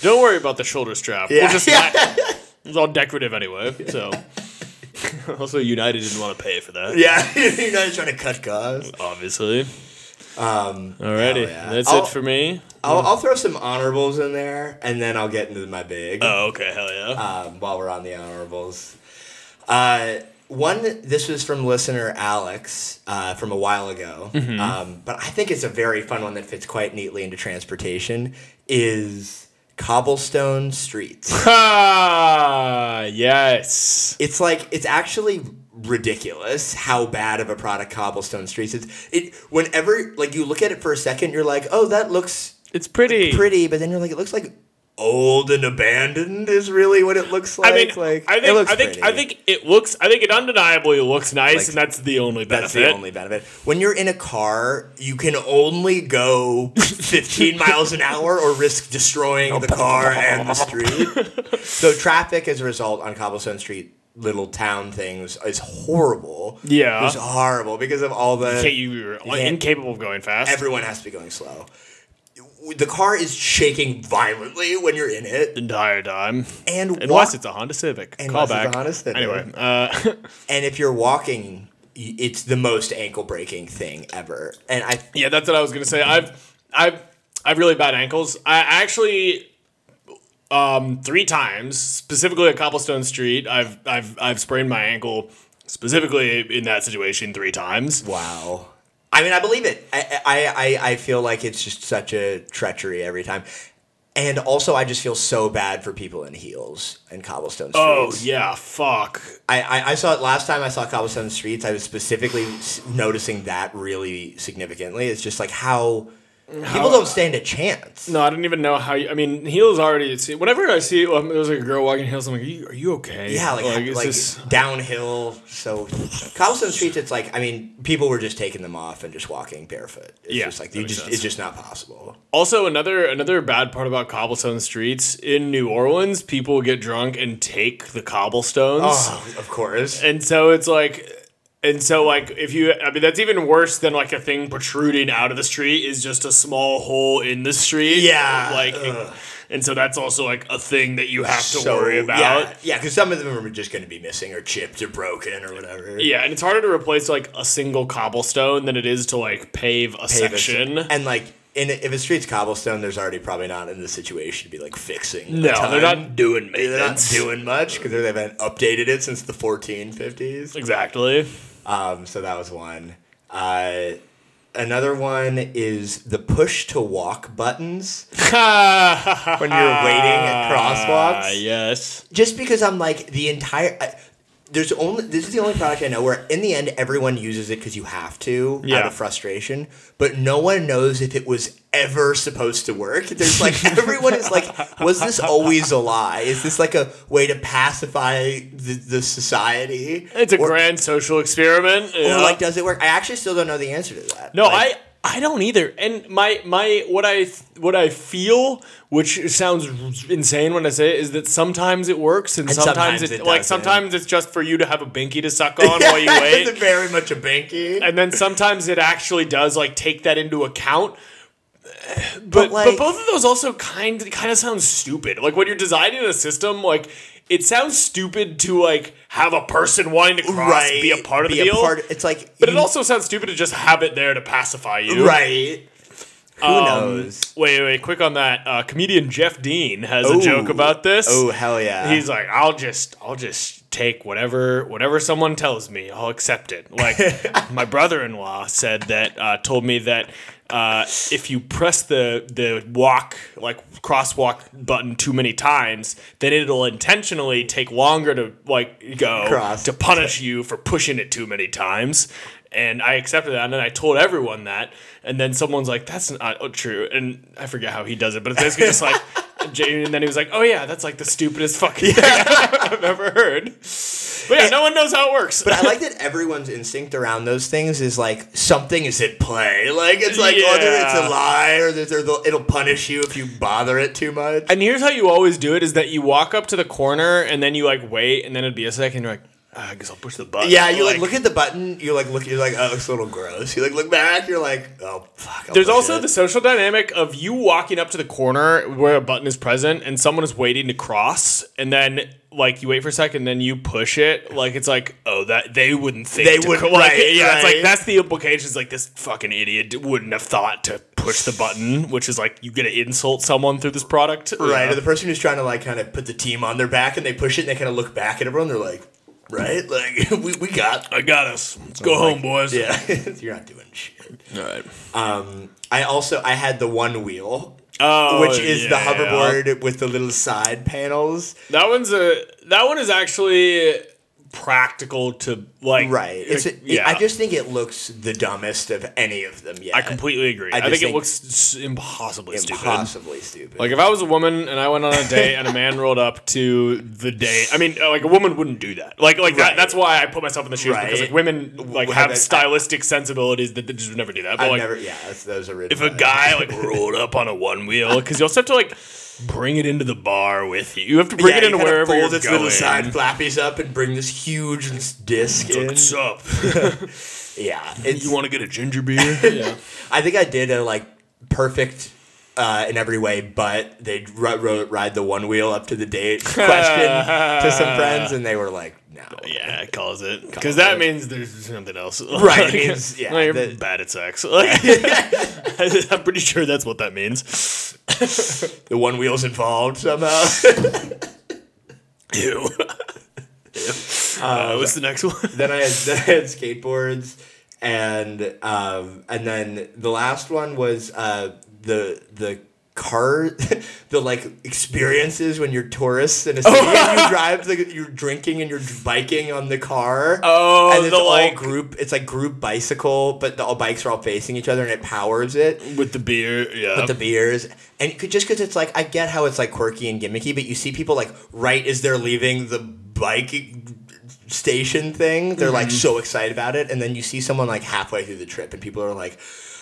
Speaker 2: Don't worry about the shoulder strap.
Speaker 1: Yeah.
Speaker 2: We'll just not- it's all decorative anyway. So also, United didn't want to pay for that.
Speaker 1: yeah, you're not trying to cut costs.
Speaker 2: Obviously.
Speaker 1: Um,
Speaker 2: Alrighty,
Speaker 1: hell yeah.
Speaker 2: that's
Speaker 1: I'll-
Speaker 2: it for me.
Speaker 1: I'll, I'll throw some honorables in there, and then I'll get into my big.
Speaker 2: Oh, okay, hell yeah.
Speaker 1: um, while we're on the honorables. Uh, one, this was from listener Alex uh, from a while ago,
Speaker 2: Mm-hmm.
Speaker 1: um, but I think it's a very fun one that fits quite neatly into transportation. Is cobblestone streets?
Speaker 2: Ah, yes.
Speaker 1: it's like it's actually ridiculous how bad of a product cobblestone streets is. It whenever like you look at it for a second, you're like, oh, that looks
Speaker 2: It's pretty.
Speaker 1: pretty, but then you're like, it looks like old and abandoned is really what it looks like.
Speaker 2: I mean,
Speaker 1: like
Speaker 2: I
Speaker 1: it
Speaker 2: think
Speaker 1: looks
Speaker 2: I think I
Speaker 1: pretty.
Speaker 2: think it looks. I think it undeniably looks nice,
Speaker 1: Like,
Speaker 2: and that's the only benefit.
Speaker 1: That's the only benefit. When you're in a car, you can only go 15 miles an hour or risk destroying the car and the street. So traffic as a result on cobblestone street little town things is horrible.
Speaker 2: Yeah.
Speaker 1: It's horrible because of all the
Speaker 2: Okay, you're incapable of going fast.
Speaker 1: everyone has to be going slow. The car is shaking violently when you're in it.
Speaker 2: entire time.
Speaker 1: And
Speaker 2: Unless
Speaker 1: wa-
Speaker 2: it's a Honda Civic.
Speaker 1: Unless it's a
Speaker 2: Callback.
Speaker 1: Honda Civic.
Speaker 2: Anyway, uh,
Speaker 1: And if you're walking, y- it's the most ankle-breaking thing ever. And I
Speaker 2: yeah, that's what I was gonna say. I've I've I've really bad ankles. I actually um three times, specifically at Cobblestone Street, I've I've I've sprained my ankle specifically in that situation three times.
Speaker 1: Wow. I mean, I believe it. I, I, I, I feel like it's just such a treachery every time. And also, I just feel so bad for people in heels and cobblestone streets.
Speaker 2: Oh yeah, fuck.
Speaker 1: I, I, I saw it last time I saw cobblestone streets. I was specifically s- noticing that really significantly. It's just like how people don't stand a chance.
Speaker 2: No, I don't even know how you. I mean, heels already. See, whenever I see um, there's like a girl walking heels, I'm like, are you, are you okay?
Speaker 1: Yeah, like,
Speaker 2: it's
Speaker 1: like
Speaker 2: just-
Speaker 1: downhill. So cobblestone streets, it's like I mean, people were just taking them off and just walking barefoot. It's
Speaker 2: Yeah,
Speaker 1: just like
Speaker 2: that
Speaker 1: you
Speaker 2: makes
Speaker 1: just
Speaker 2: sense.
Speaker 1: it's just not possible.
Speaker 2: Also, another another bad part about cobblestone streets in New Orleans, people get drunk and take the cobblestones,
Speaker 1: Oh, of course.
Speaker 2: and so it's like, and so like if you, I mean, that's even worse than like a thing protruding out of the street is just a small hole in the street.
Speaker 1: Yeah,
Speaker 2: like,
Speaker 1: ugh.
Speaker 2: and so that's also like a thing that you have to
Speaker 1: So,
Speaker 2: worry about.
Speaker 1: Yeah, yeah, because some of them are just going to be missing or chipped or broken or whatever.
Speaker 2: Yeah, and it's harder to replace like a single cobblestone than it is to like pave a
Speaker 1: If it's-
Speaker 2: section.
Speaker 1: and like, in a, if a street's cobblestone, there's already probably not in the situation to be like fixing.
Speaker 2: no,
Speaker 1: a ton.
Speaker 2: they're not doing
Speaker 1: They're not
Speaker 2: maintenance.
Speaker 1: doing much because they haven't updated it since the 1450s.
Speaker 2: exactly.
Speaker 1: Um, so that was one. Uh, another one is the push to walk buttons when you're waiting at
Speaker 2: Ah,
Speaker 1: crosswalks.
Speaker 2: yes.
Speaker 1: just because I'm like the entire. I, there's only this is the only product I know where in the end everyone uses it because you have to out
Speaker 2: Yeah.
Speaker 1: of frustration, but no one knows if it was ever supposed to work. There's like everyone is like, was this always a lie? Is this like a way to pacify the, the society?
Speaker 2: It's a
Speaker 1: or,
Speaker 2: grand social experiment.
Speaker 1: or,
Speaker 2: yeah.
Speaker 1: like, does it work? I actually still don't know the answer to that.
Speaker 2: no,
Speaker 1: Like,
Speaker 2: I I don't either. And my my what I th- what I feel, which sounds insane when I say it, is that sometimes it works and, sometimes,
Speaker 1: sometimes
Speaker 2: it,
Speaker 1: it
Speaker 2: like
Speaker 1: doesn't.
Speaker 2: sometimes it's just for you to have a binky to suck on while you wait.
Speaker 1: it's very much a banky.
Speaker 2: and then sometimes it actually does like take that into account. But but,
Speaker 1: like-
Speaker 2: both of those also kind kind of sound stupid. Like when you're designing a system, like it sounds stupid to like have a person wanting to cross be a part of the deal.
Speaker 1: part- it's like,
Speaker 2: but it
Speaker 1: you-
Speaker 2: also sounds stupid to just have it there to pacify you.
Speaker 1: right. Who
Speaker 2: Um,
Speaker 1: knows?
Speaker 2: Wait, wait, quick on that. Uh, comedian Jeff Dean has a joke
Speaker 1: Ooh.
Speaker 2: about this.
Speaker 1: Oh hell yeah!
Speaker 2: He's like, I'll just, I'll just take whatever, whatever someone tells me. I'll accept it. Like my brother-in-law said that, uh, told me that uh, if you press the the walk, like crosswalk button too many times, then it'll intentionally take longer to like go
Speaker 1: Cross.
Speaker 2: to punish you for pushing it too many times. And I accepted that, and then I told everyone that. And then someone's like, "That's not oh, true," and I forget how he does it, but it's basically just like. And then he was like, "Oh yeah, that's like the stupidest fucking thing I've ever heard." But yeah, no one knows how it works.
Speaker 1: But I like that everyone's instinct around those things is like something is at play. Like it's like whether it's
Speaker 2: Yeah.
Speaker 1: a lie or that they're- they'll- it'll punish you if you bother it too much.
Speaker 2: and here's how you always do it: is that you walk up to the corner and then you like wait, and then it'd be a second. You're like, I guess I'll push the button.
Speaker 1: Yeah, you like, look at the button. You like look. You're like, oh, it looks a little gross. You like look back. You're like, oh fuck. I'll
Speaker 2: There's
Speaker 1: push
Speaker 2: also
Speaker 1: it.
Speaker 2: the social dynamic of you walking up to the corner where a button is present and someone is waiting to cross, and then like you wait for a second, then you push it. Like it's like, oh, that they wouldn't think
Speaker 1: They
Speaker 2: to
Speaker 1: wouldn't-
Speaker 2: cro- like,
Speaker 1: right,
Speaker 2: yeah, it's
Speaker 1: right.
Speaker 2: like that's the implications. Like this fucking idiot d- wouldn't have thought to push the button, which is like you get to insult someone through this product,
Speaker 1: right
Speaker 2: Yeah.
Speaker 1: or the person who's trying to like kind of put the team on their back and they push it and they kind of look back at everyone. They're like, right, like we, we got.
Speaker 2: I got us. Let's go home, boys.
Speaker 1: Yeah, you're not doing shit.
Speaker 2: All right.
Speaker 1: Um, I also I had the one wheel.
Speaker 2: Oh,
Speaker 1: which is the
Speaker 2: yeah.
Speaker 1: hoverboard with the little side panels.
Speaker 2: That one's a that one is actually practical to like
Speaker 1: Right. It's a,
Speaker 2: yeah.
Speaker 1: I just think it looks the dumbest of any of them yet.
Speaker 2: I completely agree. I,
Speaker 1: just
Speaker 2: think, it
Speaker 1: think-
Speaker 2: looks s- impossibly stupid.
Speaker 1: impossibly stupid.
Speaker 2: Like if I was a woman and I went on a date and a man rolled up to the date, I mean, uh, like a woman wouldn't do that. Like, like
Speaker 1: Right.
Speaker 2: that, that's why I put myself in the shoes because
Speaker 1: Right.
Speaker 2: like women like
Speaker 1: Have
Speaker 2: have
Speaker 1: that-
Speaker 2: stylistic sensibilities that, that just would never do that. But
Speaker 1: I've
Speaker 2: like,
Speaker 1: never. Yeah, that's, those are
Speaker 2: if a guy like rolled up on a one wheel, because you also have to like bring it into the bar with you. You have to bring it into wherever you're
Speaker 1: folds its
Speaker 2: going.
Speaker 1: little side flappies up and bring this huge disc in.
Speaker 2: What's up?
Speaker 1: Yeah, it's,
Speaker 2: You want to get a ginger beer? yeah.
Speaker 1: I think I did a like perfect. Uh, in every way, but they r- ro- ride the one wheel up to the date question to some friends, and they were like, "No,
Speaker 2: Yeah, it calls it because that
Speaker 1: it.
Speaker 2: means there's something else,
Speaker 1: Right, it means- yeah,
Speaker 2: Like, you're
Speaker 1: that-
Speaker 2: bad at sex. Like, I'm pretty sure that's what that means.
Speaker 1: the one wheel's involved somehow."
Speaker 2: Ew. Uh, what's the next one?
Speaker 1: then I had then I had skateboards, and um, and then the last one was uh, the the car, the like experiences when you're tourists in a city and you drive the you're drinking and you're biking on the car.
Speaker 2: Oh,
Speaker 1: and it's
Speaker 2: the,
Speaker 1: all
Speaker 2: like-
Speaker 1: group. It's like group bicycle, but the, all bikes are all facing each other, and it powers it.
Speaker 2: With the beer, yeah.
Speaker 1: With the beers, and it could, just because it's like I get how it's like quirky and gimmicky, but you see people like right as they're leaving the bike station thing, they're
Speaker 2: Mm-hmm.
Speaker 1: like so excited about it, and then you see someone like halfway through the trip, and people are like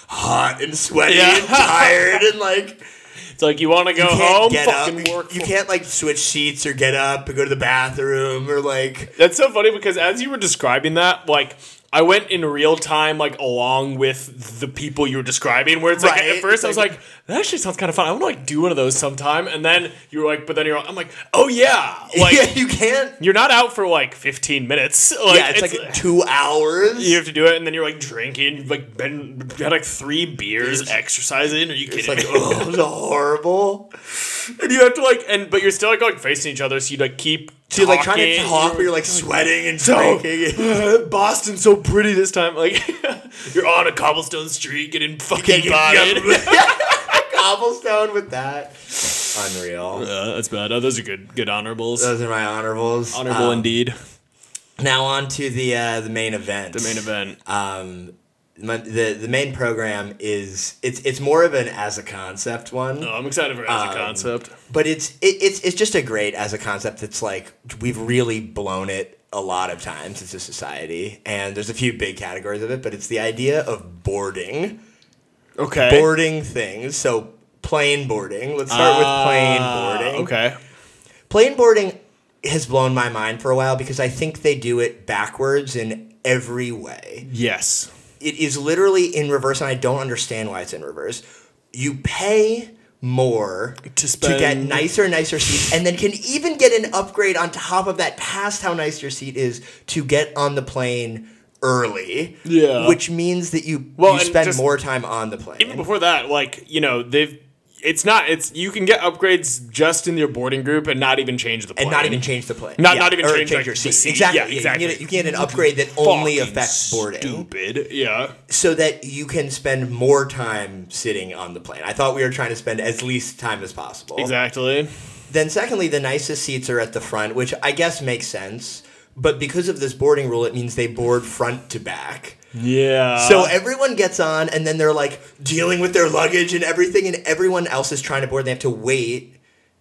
Speaker 1: hot and sweaty
Speaker 2: Yeah.
Speaker 1: and tired, and like
Speaker 2: it's like you want to go
Speaker 1: can't
Speaker 2: home,
Speaker 1: get up,
Speaker 2: fucking work.
Speaker 1: you
Speaker 2: for-
Speaker 1: can't like switch seats or get up and go to the bathroom or like
Speaker 2: That's so funny because as you were describing that, like I went in real time, like along with the people you were describing. Where it's like
Speaker 1: Right.
Speaker 2: at first
Speaker 1: It's
Speaker 2: I was
Speaker 1: like-
Speaker 2: like, that actually sounds kind of fun. I want to like do one of those sometime. And then you were like, but then you're, I'm like, oh yeah, like
Speaker 1: yeah, you can't.
Speaker 2: you're not out for like 15 minutes. Like,
Speaker 1: yeah, it's, like two hours.
Speaker 2: you have to do it, and then you're like drinking, like been had like three beers, exercising. Are you kidding?
Speaker 1: it's like
Speaker 2: me?
Speaker 1: oh, it was horrible.
Speaker 2: and you have to like, and but you're still like, like facing each other, so you like keep.
Speaker 1: So you're like trying to talk, but
Speaker 2: You're-
Speaker 1: you're like sweating and
Speaker 2: So-
Speaker 1: drinking.
Speaker 2: Boston's so pretty this time. Like you're on a cobblestone street getting fucking bodied.
Speaker 1: Cobblestone with that. Unreal.
Speaker 2: Uh, that's bad. Oh, those are good, good honorables.
Speaker 1: Those are my honorables.
Speaker 2: Honorable
Speaker 1: Um,
Speaker 2: indeed.
Speaker 1: Now on to the uh, the main event.
Speaker 2: The main event.
Speaker 1: Um, my, the the main program is it's it's more of an as a concept one.
Speaker 2: oh, I'm excited for it
Speaker 1: Um,
Speaker 2: as a concept.
Speaker 1: but it's it, it's it's just a great as a concept. It's like we've really blown it a lot of times as a society, and there's a few big categories of it. But it's the idea of boarding,
Speaker 2: Okay.
Speaker 1: boarding things. So plane boarding. Let's start with plane boarding.
Speaker 2: Ah, Uh, Okay.
Speaker 1: Plane boarding has blown my mind for a while because I think they do it backwards in every way
Speaker 2: Yes.
Speaker 1: it is literally in reverse, and I don't understand why it's in reverse. You pay more
Speaker 2: To
Speaker 1: get
Speaker 2: spend-
Speaker 1: nicer and nicer seats, and then can even get an upgrade on top of that, past how nice your seat is, to get on the plane early.
Speaker 2: Yeah.
Speaker 1: Which means that you,
Speaker 2: Well,
Speaker 1: you
Speaker 2: and
Speaker 1: spend
Speaker 2: just-
Speaker 1: more time on the plane.
Speaker 2: Even before that, like you know, they've. It's not. It's you can get upgrades just in your boarding group and not even change the. Plane.
Speaker 1: and not even change the plane.
Speaker 2: Not- not even
Speaker 1: or
Speaker 2: change, like, the seat.
Speaker 1: Exactly.
Speaker 2: Yeah,
Speaker 1: you can
Speaker 2: exactly.
Speaker 1: get a- You can get an upgrade that only affects boarding.
Speaker 2: Stupid. Yeah.
Speaker 1: so that you can spend more time sitting on the plane. I thought we were trying to spend as least time as possible.
Speaker 2: Exactly.
Speaker 1: Then, secondly, the nicest seats are at the front, which I guess makes sense. But because of this boarding rule, it means they board front to back.
Speaker 2: Yeah.
Speaker 1: So everyone gets on, and then they're like dealing with their luggage and everything, and everyone else is trying to board. And they have to wait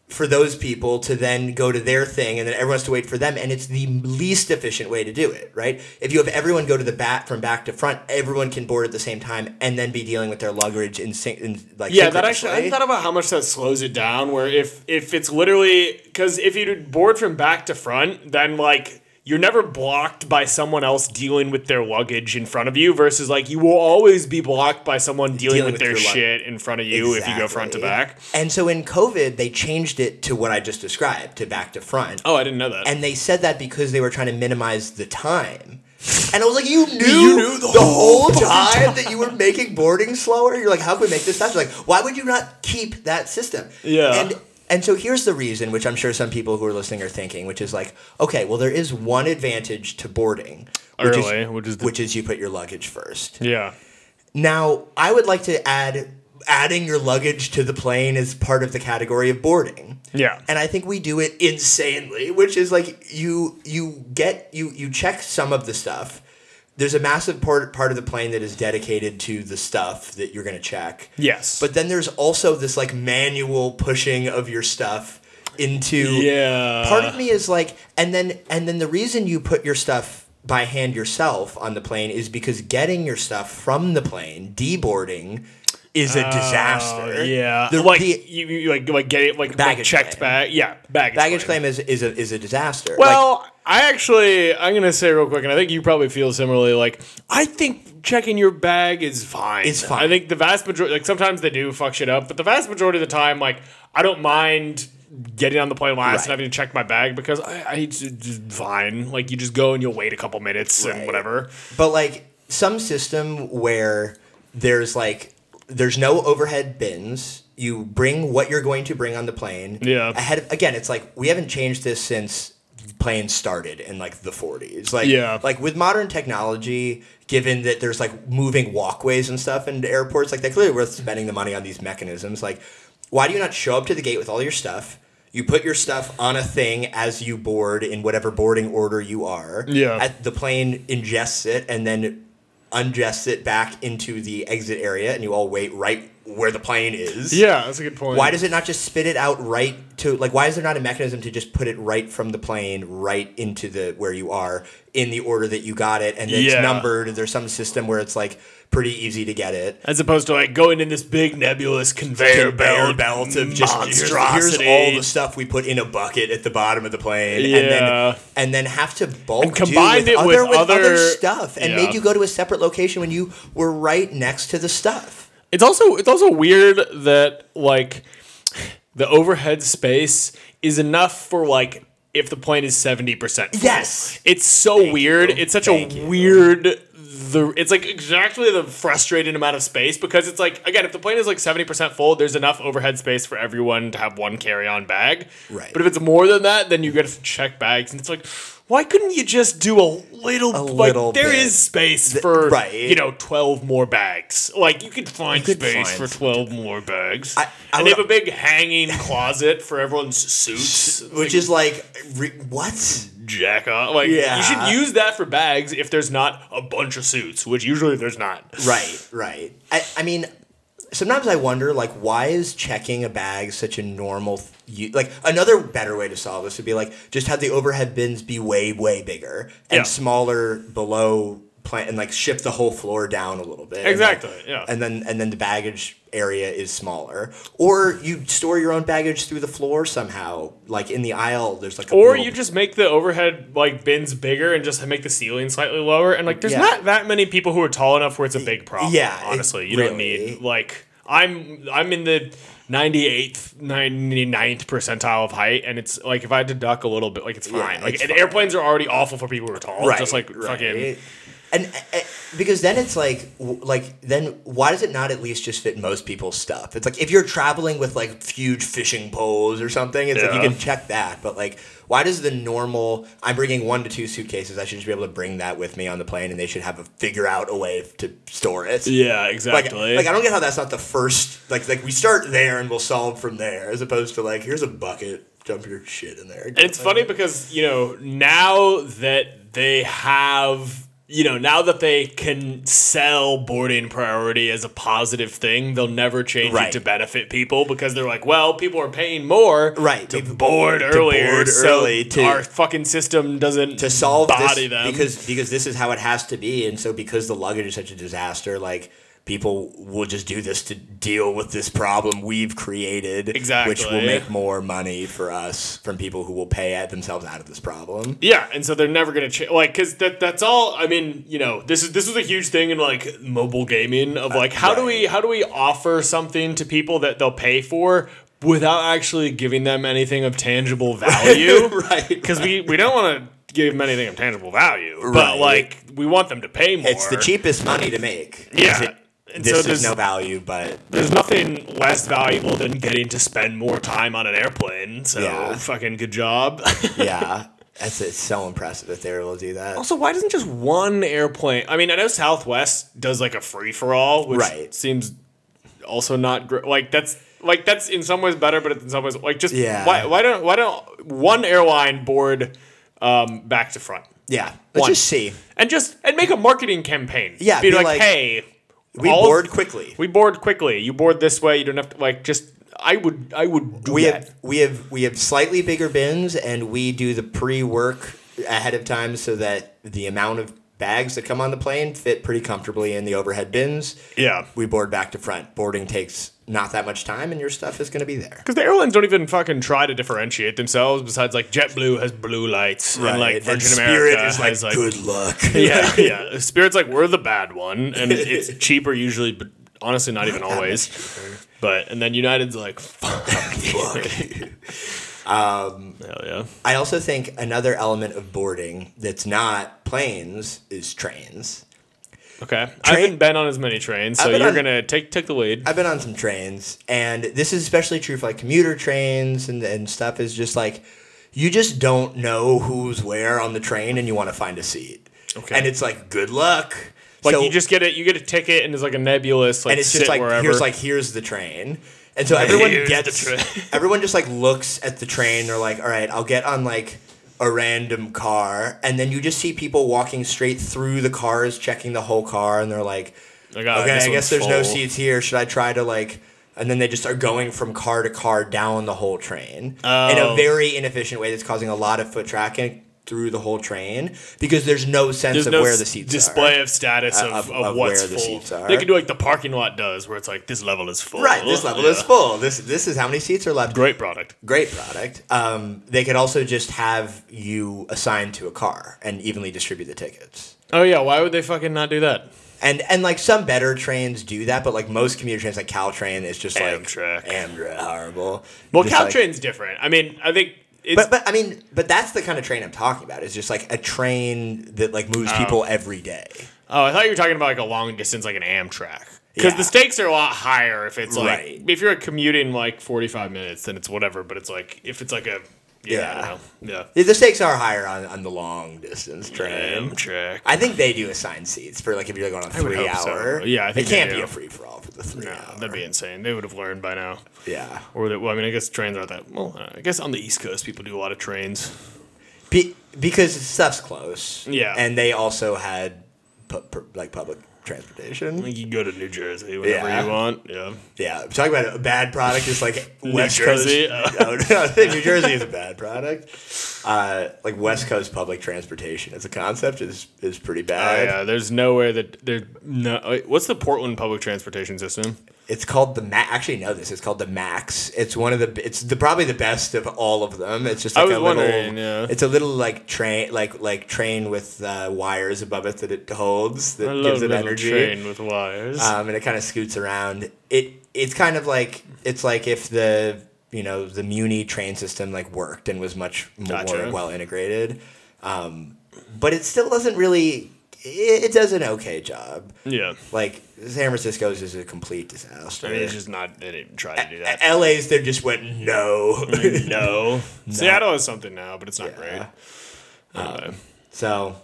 Speaker 1: for those people to then go to their thing, and then everyone has to wait for them. And it's the least efficient way to do it, right? If you have everyone go to the back from back to front, everyone can board at the same time, and then be dealing with their luggage in, syn- in like
Speaker 2: Yeah, that actually. I
Speaker 1: synchronously.
Speaker 2: hadn't thought about how much that slows it down. Where if if it's literally because if you board from back to front, then like you're never blocked by someone else dealing with their luggage in front of you versus like you will always be blocked by someone dealing,
Speaker 1: Dealing
Speaker 2: with,
Speaker 1: with
Speaker 2: their
Speaker 1: your lug-
Speaker 2: shit in front of you if you go front to
Speaker 1: Exactly.
Speaker 2: back.
Speaker 1: And so in COVID, they changed it to what I just described, to back to front.
Speaker 2: Oh, I didn't know that.
Speaker 1: And they said that because they were trying to minimize the time. And I was like, you knew,
Speaker 2: knew
Speaker 1: the, whole time, that you were making boarding slower. You're like, how can we make this faster? Like, why would you not keep that system?
Speaker 2: Yeah.
Speaker 1: And and so here's the reason, which I'm sure some people who are listening are thinking, which is like, okay, well, there is one advantage to boarding, which
Speaker 2: Early,
Speaker 1: is
Speaker 2: which is the-
Speaker 1: which is you put your luggage first.
Speaker 2: yeah.
Speaker 1: Now, I would like to add adding your luggage to the plane is part of the category of boarding.
Speaker 2: Yeah.
Speaker 1: And I think we do it insanely, which is like you you get you you check some of the stuff. There's a massive part part of the plane that is dedicated to the stuff that you're going to check.
Speaker 2: Yes.
Speaker 1: But then there's also this like manual pushing of your stuff into
Speaker 2: Yeah.
Speaker 1: Part of me is like and then and then the reason you put your stuff by hand yourself on the plane is because getting your stuff from the plane, deboarding is a disaster.
Speaker 2: Oh, yeah.
Speaker 1: The,
Speaker 2: like
Speaker 1: the
Speaker 2: you, you like like get it like, like
Speaker 1: Baggage
Speaker 2: checked
Speaker 1: claim.
Speaker 2: back. Yeah. Baggage.
Speaker 1: baggage
Speaker 2: claim.
Speaker 1: claim is is a is a disaster. Like,
Speaker 2: Well, I actually, I'm gonna say real quick, and I think you probably feel similarly. Like, I think checking your bag is fine.
Speaker 1: It's fine.
Speaker 2: I think the vast majority, like sometimes they do fuck shit up, but the vast majority of the time, like, I don't mind getting on the plane last and
Speaker 1: Right.
Speaker 2: having to check my bag because I, I it's just fine. Like, you just go and you'll wait a couple minutes and
Speaker 1: Right.
Speaker 2: whatever.
Speaker 1: But like some system where there's like there's no overhead bins. You bring what you're going to bring on the plane.
Speaker 2: Yeah.
Speaker 1: Ahead of, again, it's like we haven't changed this since planes started in like the 40s. Like
Speaker 2: Yeah.
Speaker 1: like with modern technology, given that there's like moving walkways and stuff in airports, like they clearly worth spending the money on these mechanisms. Like, why do you not show up to the gate with all your stuff? You put your stuff on a thing as you board in whatever boarding order you are.
Speaker 2: Yeah.
Speaker 1: At the plane ingests it and then ungests it back into the exit area, and you all wait right where the plane is.
Speaker 2: Yeah, that's a good point.
Speaker 1: Why does it not just spit it out right to like? Why is there not a mechanism to just put it right from the plane right into the where you are in the order that you got it, and then
Speaker 2: Yeah.
Speaker 1: it's numbered? There's some system where it's like pretty easy to get it.
Speaker 2: as opposed to like going in this big nebulous conveyor,
Speaker 1: Conveyor
Speaker 2: belt,
Speaker 1: belt of just here's, here's
Speaker 2: monstrosity.
Speaker 1: all the stuff we put in a bucket at the bottom of the plane, and
Speaker 2: Yeah.
Speaker 1: then and then have to bulk do
Speaker 2: combined
Speaker 1: with
Speaker 2: it with
Speaker 1: other, with other
Speaker 2: other-
Speaker 1: stuff, and
Speaker 2: Yeah.
Speaker 1: made you go to a separate location when you were right next to the stuff.
Speaker 2: It's also it's also weird that like the overhead space is enough for like if the plane is seventy percent.
Speaker 1: Yes.
Speaker 2: it's so weird. It's such
Speaker 1: Thank
Speaker 2: a
Speaker 1: you.
Speaker 2: weird. The it's like exactly the frustrating amount of space because it's like again if the plane is like seventy percent full, there's enough overhead space for everyone to have one carry on bag.
Speaker 1: Right.
Speaker 2: But if it's more than that, then you get to check bags, and it's like. Why couldn't you just do a little? like,
Speaker 1: little
Speaker 2: there
Speaker 1: bit.
Speaker 2: is space for
Speaker 1: right.
Speaker 2: you know twelve more bags. Like you could find
Speaker 1: could
Speaker 2: space
Speaker 1: find
Speaker 2: for 12 more bags.
Speaker 1: I- I
Speaker 2: and they
Speaker 1: would-
Speaker 2: have a big hanging closet for everyone's suits,
Speaker 1: Which is like, re- what?
Speaker 2: jack off. Like,
Speaker 1: Yeah.
Speaker 2: you should use that for bags if there's not a bunch of suits, which usually there's not.
Speaker 1: Right, right. I, I mean, sometimes I wonder, like, why is checking a bag such a normal? Th- you, like, another better way to solve this would be like just have the overhead bins be way, way bigger and
Speaker 2: Yeah.
Speaker 1: smaller below plant, and like shift the whole floor down a little bit. and, like,
Speaker 2: Exactly, yeah.
Speaker 1: And then and then the baggage area is smaller, or you store your own baggage through the floor somehow, like in the aisle. There's like a
Speaker 2: Or
Speaker 1: little-
Speaker 2: you just make the overhead like bins bigger and just make the ceiling slightly lower. And like, there's
Speaker 1: Yeah.
Speaker 2: not that many people who are tall enough where it's a big problem.
Speaker 1: Yeah,
Speaker 2: honestly,
Speaker 1: it-
Speaker 2: you don't
Speaker 1: really.
Speaker 2: need like I'm I'm in the 98th 99th percentile of height and it's like if i had to duck a little bit like it's fine like
Speaker 1: it's
Speaker 2: and
Speaker 1: fine.
Speaker 2: airplanes are already awful for people who are tall
Speaker 1: right,
Speaker 2: just like
Speaker 1: right.
Speaker 2: fucking
Speaker 1: And uh, because then it's like, w- like then why does it not at least just fit most people's stuff? It's like if you're traveling with like huge fishing poles or something, it's like you
Speaker 2: Yeah.
Speaker 1: can check that. But like, why does the normal? I'm bringing one to two suitcases. I should just be able to bring that with me on the plane, and they should have a figure out a way to store it.
Speaker 2: yeah
Speaker 1: Like,
Speaker 2: exactly
Speaker 1: like I don't get how that's not the first. Like, like we start there and we'll solve from there, as opposed to like here's a bucket, dump your shit in there.
Speaker 2: And it's funny because, you know, now that they have, you know, now that they can sell boarding priority as a positive thing, they'll never change it
Speaker 1: Right.
Speaker 2: to benefit people because they're like, well, people are paying more
Speaker 1: Right,
Speaker 2: to
Speaker 1: people-
Speaker 2: board
Speaker 1: to
Speaker 2: earlier.
Speaker 1: board
Speaker 2: so
Speaker 1: early to-
Speaker 2: our fucking system doesn't
Speaker 1: to solve
Speaker 2: body
Speaker 1: this
Speaker 2: them.
Speaker 1: because because this is how it has to be and so because the luggage is such a disaster like people will just do this to deal with this problem we've created, which
Speaker 2: Exactly.
Speaker 1: will make more money for us from people who will pay at themselves out of this problem.
Speaker 2: Yeah, and so they're never gonna change. Like, cause that that's all. I mean, you know, this is this was a huge thing in like mobile gaming of like how do we how do we offer something to people that they'll pay for without actually giving them anything of tangible value,
Speaker 1: Right,
Speaker 2: Because we we don't want to give them anything of tangible value,
Speaker 1: Right.
Speaker 2: but like we want them to pay more.
Speaker 1: It's the cheapest money to make.
Speaker 2: Yeah.
Speaker 1: Is it-
Speaker 2: And so
Speaker 1: this
Speaker 2: there's-
Speaker 1: is no value, but
Speaker 2: There's nothing less valuable than getting to spend more time on an airplane. So
Speaker 1: Yeah.
Speaker 2: fucking good job.
Speaker 1: yeah, that's it's so impressive that they were able to do that.
Speaker 2: Also, why doesn't just one airplane? I mean, I know Southwest does like a free for all, which
Speaker 1: Right.
Speaker 2: seems also not great. Like that's like that's in some ways better, but in some ways like just
Speaker 1: Yeah.
Speaker 2: why why don't why don't one airline board um, back to front
Speaker 1: Yeah, let's
Speaker 2: One.
Speaker 1: just see.
Speaker 2: and just and make a marketing campaign?
Speaker 1: Yeah,
Speaker 2: be,
Speaker 1: be
Speaker 2: like,
Speaker 1: like,
Speaker 2: hey,
Speaker 1: We
Speaker 2: all-
Speaker 1: board quickly.
Speaker 2: we board quickly. You board this way. You don't have to like just. I would I would do
Speaker 1: we
Speaker 2: that.
Speaker 1: have we have we have slightly bigger bins and we do the pre-work ahead of time so that the amount of bags that come on the plane fit pretty comfortably in the overhead bins
Speaker 2: yeah.
Speaker 1: we board back to front boarding takes not that much time and your stuff is going to be there
Speaker 2: Because the airlines don't even fucking try to differentiate themselves. Besides, like JetBlue has blue lights, and like Virgin
Speaker 1: Spirit
Speaker 2: America
Speaker 1: is
Speaker 2: has
Speaker 1: like,
Speaker 2: like
Speaker 1: good luck
Speaker 2: yeah, yeah. Spirit's like we're the bad one, and it's cheaper usually, but honestly, not even always. But and then United's like, fuck,
Speaker 1: Um,
Speaker 2: hell yeah,
Speaker 1: i also think another element of boarding that's not planes is trains
Speaker 2: okay. I haven't been on as many trains, so
Speaker 1: I've been
Speaker 2: you're
Speaker 1: on-
Speaker 2: gonna take take the lead.
Speaker 1: I've been on some trains, and this is especially true for like commuter trains and, and stuff. Is just like you just don't know who's where on the train, and you want to find a seat.
Speaker 2: Okay.
Speaker 1: And it's like good luck.
Speaker 2: Like
Speaker 1: So-
Speaker 2: you just get it, you get a ticket, and it's like a nebulous, like
Speaker 1: and it's
Speaker 2: sit
Speaker 1: just like
Speaker 2: wherever.
Speaker 1: here's like here's the train. And so everyone
Speaker 2: Here's
Speaker 1: gets
Speaker 2: the train.
Speaker 1: everyone just like looks at the train. They're like, all right, I'll get on like a random car, and then you just see people walking straight through the cars, checking the whole car, and they're like,
Speaker 2: Like, ah,
Speaker 1: okay,
Speaker 2: this
Speaker 1: I guess
Speaker 2: one's
Speaker 1: there's no
Speaker 2: full.
Speaker 1: seats here. Should I try to like? And then they just are going from car to car down the whole train in
Speaker 2: Oh.
Speaker 1: a very inefficient way that's causing a lot of foot traffic through the whole train because there's no sense
Speaker 2: There's
Speaker 1: of
Speaker 2: no
Speaker 1: where the
Speaker 2: s-
Speaker 1: seats are. Uh,
Speaker 2: display of status of,
Speaker 1: of-
Speaker 2: of,
Speaker 1: of
Speaker 2: what's
Speaker 1: where the
Speaker 2: full.
Speaker 1: seats are.
Speaker 2: They can do like the parking lot does, where it's like this level is full.
Speaker 1: Right, this level is
Speaker 2: Yeah.
Speaker 1: full. This this is how many seats are left.
Speaker 2: Great product.
Speaker 1: great product. Um, they could also just have you assigned to a car and evenly distribute the tickets.
Speaker 2: Oh yeah, why would they fucking not do that?
Speaker 1: And and like some better trains do that, but like most commuter trains, like Caltrain, is just like
Speaker 2: Amtrak.
Speaker 1: Amtrak, horrible.
Speaker 2: Well,
Speaker 1: Just, like-
Speaker 2: Caltrain's different. I mean, I think it's
Speaker 1: but but I mean, but that's the kind of train I'm talking about. It's just like a train that like moves people every day.
Speaker 2: Oh, I thought you were talking about like a long distance, like an Amtrak. Because
Speaker 1: Yeah.
Speaker 2: the stakes are a lot higher if it's like
Speaker 1: Right.
Speaker 2: if you're commuting like 45 minutes, then it's whatever. But it's like if it's like a yeah, I
Speaker 1: Yeah.
Speaker 2: don't know. yeah.
Speaker 1: The the stakes are higher on, on the long distance train.
Speaker 2: Amtrak.
Speaker 1: I think they do assign seats for like if you're going on a
Speaker 2: would
Speaker 1: three
Speaker 2: hope so.
Speaker 1: hour.
Speaker 2: Yeah, I think
Speaker 1: it
Speaker 2: they
Speaker 1: can't
Speaker 2: do.
Speaker 1: be a free for all for the three
Speaker 2: No,
Speaker 1: hour.
Speaker 2: that'd be insane. They would have learned by now.
Speaker 1: yeah.
Speaker 2: Or that, well, I mean, I guess trains aren't that. Well, I guess on the East Coast, people do a lot of trains.
Speaker 1: Be- because stuff's close.
Speaker 2: Yeah.
Speaker 1: And they also had pu- pu- like public transportation.
Speaker 2: Like you can go to New Jersey whenever
Speaker 1: Yeah.
Speaker 2: you want. Yeah.
Speaker 1: Yeah. Talking about a bad product is like West
Speaker 2: Jersey, Oh.
Speaker 1: Coast. No, no, New Jersey is a bad product. Uh, like West Coast public transportation as a concept is is pretty
Speaker 2: Oh,
Speaker 1: bad.
Speaker 2: yeah. There's nowhere that there. No. wait, What's the Portland public transportation system?
Speaker 1: It's called the Ma- actually know this. It's called the Max. It's one of the it's the probably the best of all of them. It's just
Speaker 2: I
Speaker 1: like
Speaker 2: was
Speaker 1: a little
Speaker 2: wondering, yeah.
Speaker 1: it's a little like train like like train with uh, wires above it that it holds that
Speaker 2: I
Speaker 1: gives
Speaker 2: love
Speaker 1: it
Speaker 2: little
Speaker 1: energy.
Speaker 2: train with wires.
Speaker 1: um, and it kind of scoots around. It it's kind of like it's like if the you know the Muni train system like worked and was much more
Speaker 2: Gotcha.
Speaker 1: well integrated, um, but it still doesn't really. It, it does an okay job.
Speaker 2: yeah.
Speaker 1: Like San Francisco's is a complete disaster.
Speaker 2: I mean, it's just not. They didn't try to do that.
Speaker 1: LA's they just went no.
Speaker 2: Mm-hmm. no. Seattle has something now, but it's not
Speaker 1: Yeah.
Speaker 2: great. Anyway.
Speaker 1: so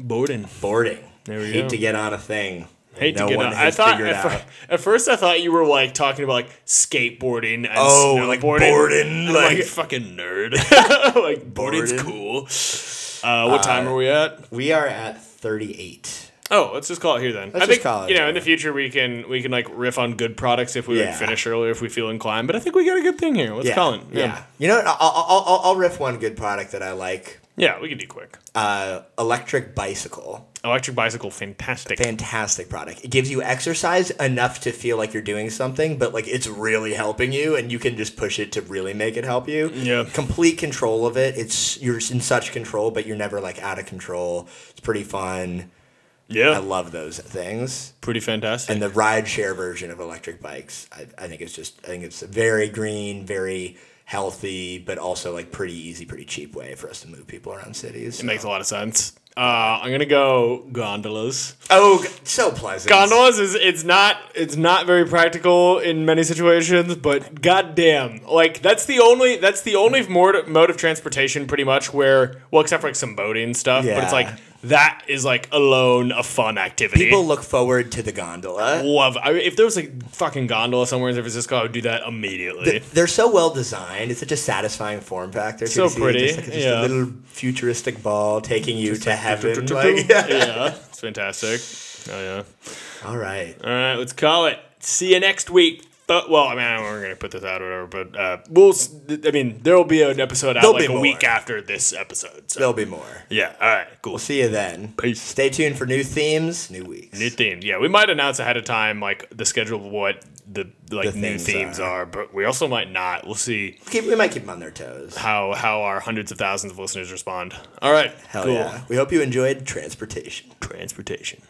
Speaker 2: Boarding.
Speaker 1: boarding.
Speaker 2: There we
Speaker 1: Hate
Speaker 2: go.
Speaker 1: to get on a thing.
Speaker 2: Hate
Speaker 1: no
Speaker 2: to get
Speaker 1: one
Speaker 2: on. I
Speaker 1: has
Speaker 2: thought
Speaker 1: figured
Speaker 2: at, fir-
Speaker 1: out.
Speaker 2: at first I thought you were like talking about like skateboarding and
Speaker 1: Oh,
Speaker 2: snowboarding.
Speaker 1: like boarding,
Speaker 2: I'm like,
Speaker 1: like-
Speaker 2: fucking nerd. like boarding's
Speaker 1: Boarding.
Speaker 2: cool. Uh, what time are we at?
Speaker 1: we are at thirty eight.
Speaker 2: Oh, let's just call it here then. I
Speaker 1: just
Speaker 2: think
Speaker 1: call it
Speaker 2: you know
Speaker 1: here.
Speaker 2: in the future we can we can like riff on good products if we
Speaker 1: Yeah.
Speaker 2: would finish earlier if we feel inclined. But I think we got a good thing here. Let's call it.
Speaker 1: Yeah. You know, I'll, I'll, I'll- I'll riff one good product that I like.
Speaker 2: Yeah, we can do quick.
Speaker 1: Uh, electric bicycle.
Speaker 2: Electric bicycle, fantastic.
Speaker 1: Fantastic product. It gives you exercise enough to feel like you're doing something, but like it's really helping you, and you can just push it to really make it help you.
Speaker 2: Yeah.
Speaker 1: Complete control of it. It's you're in such control, but you're never like out of control. It's pretty fun. I
Speaker 2: yeah,
Speaker 1: love those things.
Speaker 2: pretty fantastic.
Speaker 1: And the rideshare version of electric bikes, I, I think it's just I think it's a very green, very healthy, but also like pretty easy, pretty cheap way for us to move people around cities.
Speaker 2: It makes a lot of sense. Uh, I'm gonna go gondolas.
Speaker 1: oh, g- so pleasant.
Speaker 2: Gondolas is it's not it's not very practical in many situations, but goddamn, like that's the only that's the only mode, mode of transportation pretty much where well except for like some boating stuff, but
Speaker 1: Yeah.
Speaker 2: it's like that is like alone a fun activity.
Speaker 1: People look forward to the gondola.
Speaker 2: love. I, if there was a fucking gondola somewhere in San Francisco, I would do that immediately.
Speaker 1: They're so well designed. It's such a satisfying form factor.
Speaker 2: So
Speaker 1: to see
Speaker 2: pretty,
Speaker 1: Just, like, just
Speaker 2: yeah.
Speaker 1: a little futuristic ball taking you to heaven. like,
Speaker 2: yeah. it's fantastic. Oh yeah.
Speaker 1: All right.
Speaker 2: All right, let's call it. See you next week. But, well, I mean, I don't know when we're gonna put this out or whatever, but uh, we'll. s- I mean, there will be an episode out
Speaker 1: There'll
Speaker 2: like
Speaker 1: be
Speaker 2: a week
Speaker 1: more.
Speaker 2: after this episode. So
Speaker 1: There'll be more.
Speaker 2: yeah, all right, cool.
Speaker 1: We'll see you then.
Speaker 2: Peace.
Speaker 1: Stay tuned for new themes, new weeks.
Speaker 2: New themes. Yeah, we might announce ahead of time like the schedule of what the like
Speaker 1: The
Speaker 2: new
Speaker 1: things
Speaker 2: themes are. but we also might not. We'll see
Speaker 1: Keep, we might keep them on their toes.
Speaker 2: how how our hundreds of thousands of listeners respond. All right,
Speaker 1: Hell
Speaker 2: cool.
Speaker 1: yeah. We hope you enjoyed transportation.
Speaker 2: Transportation.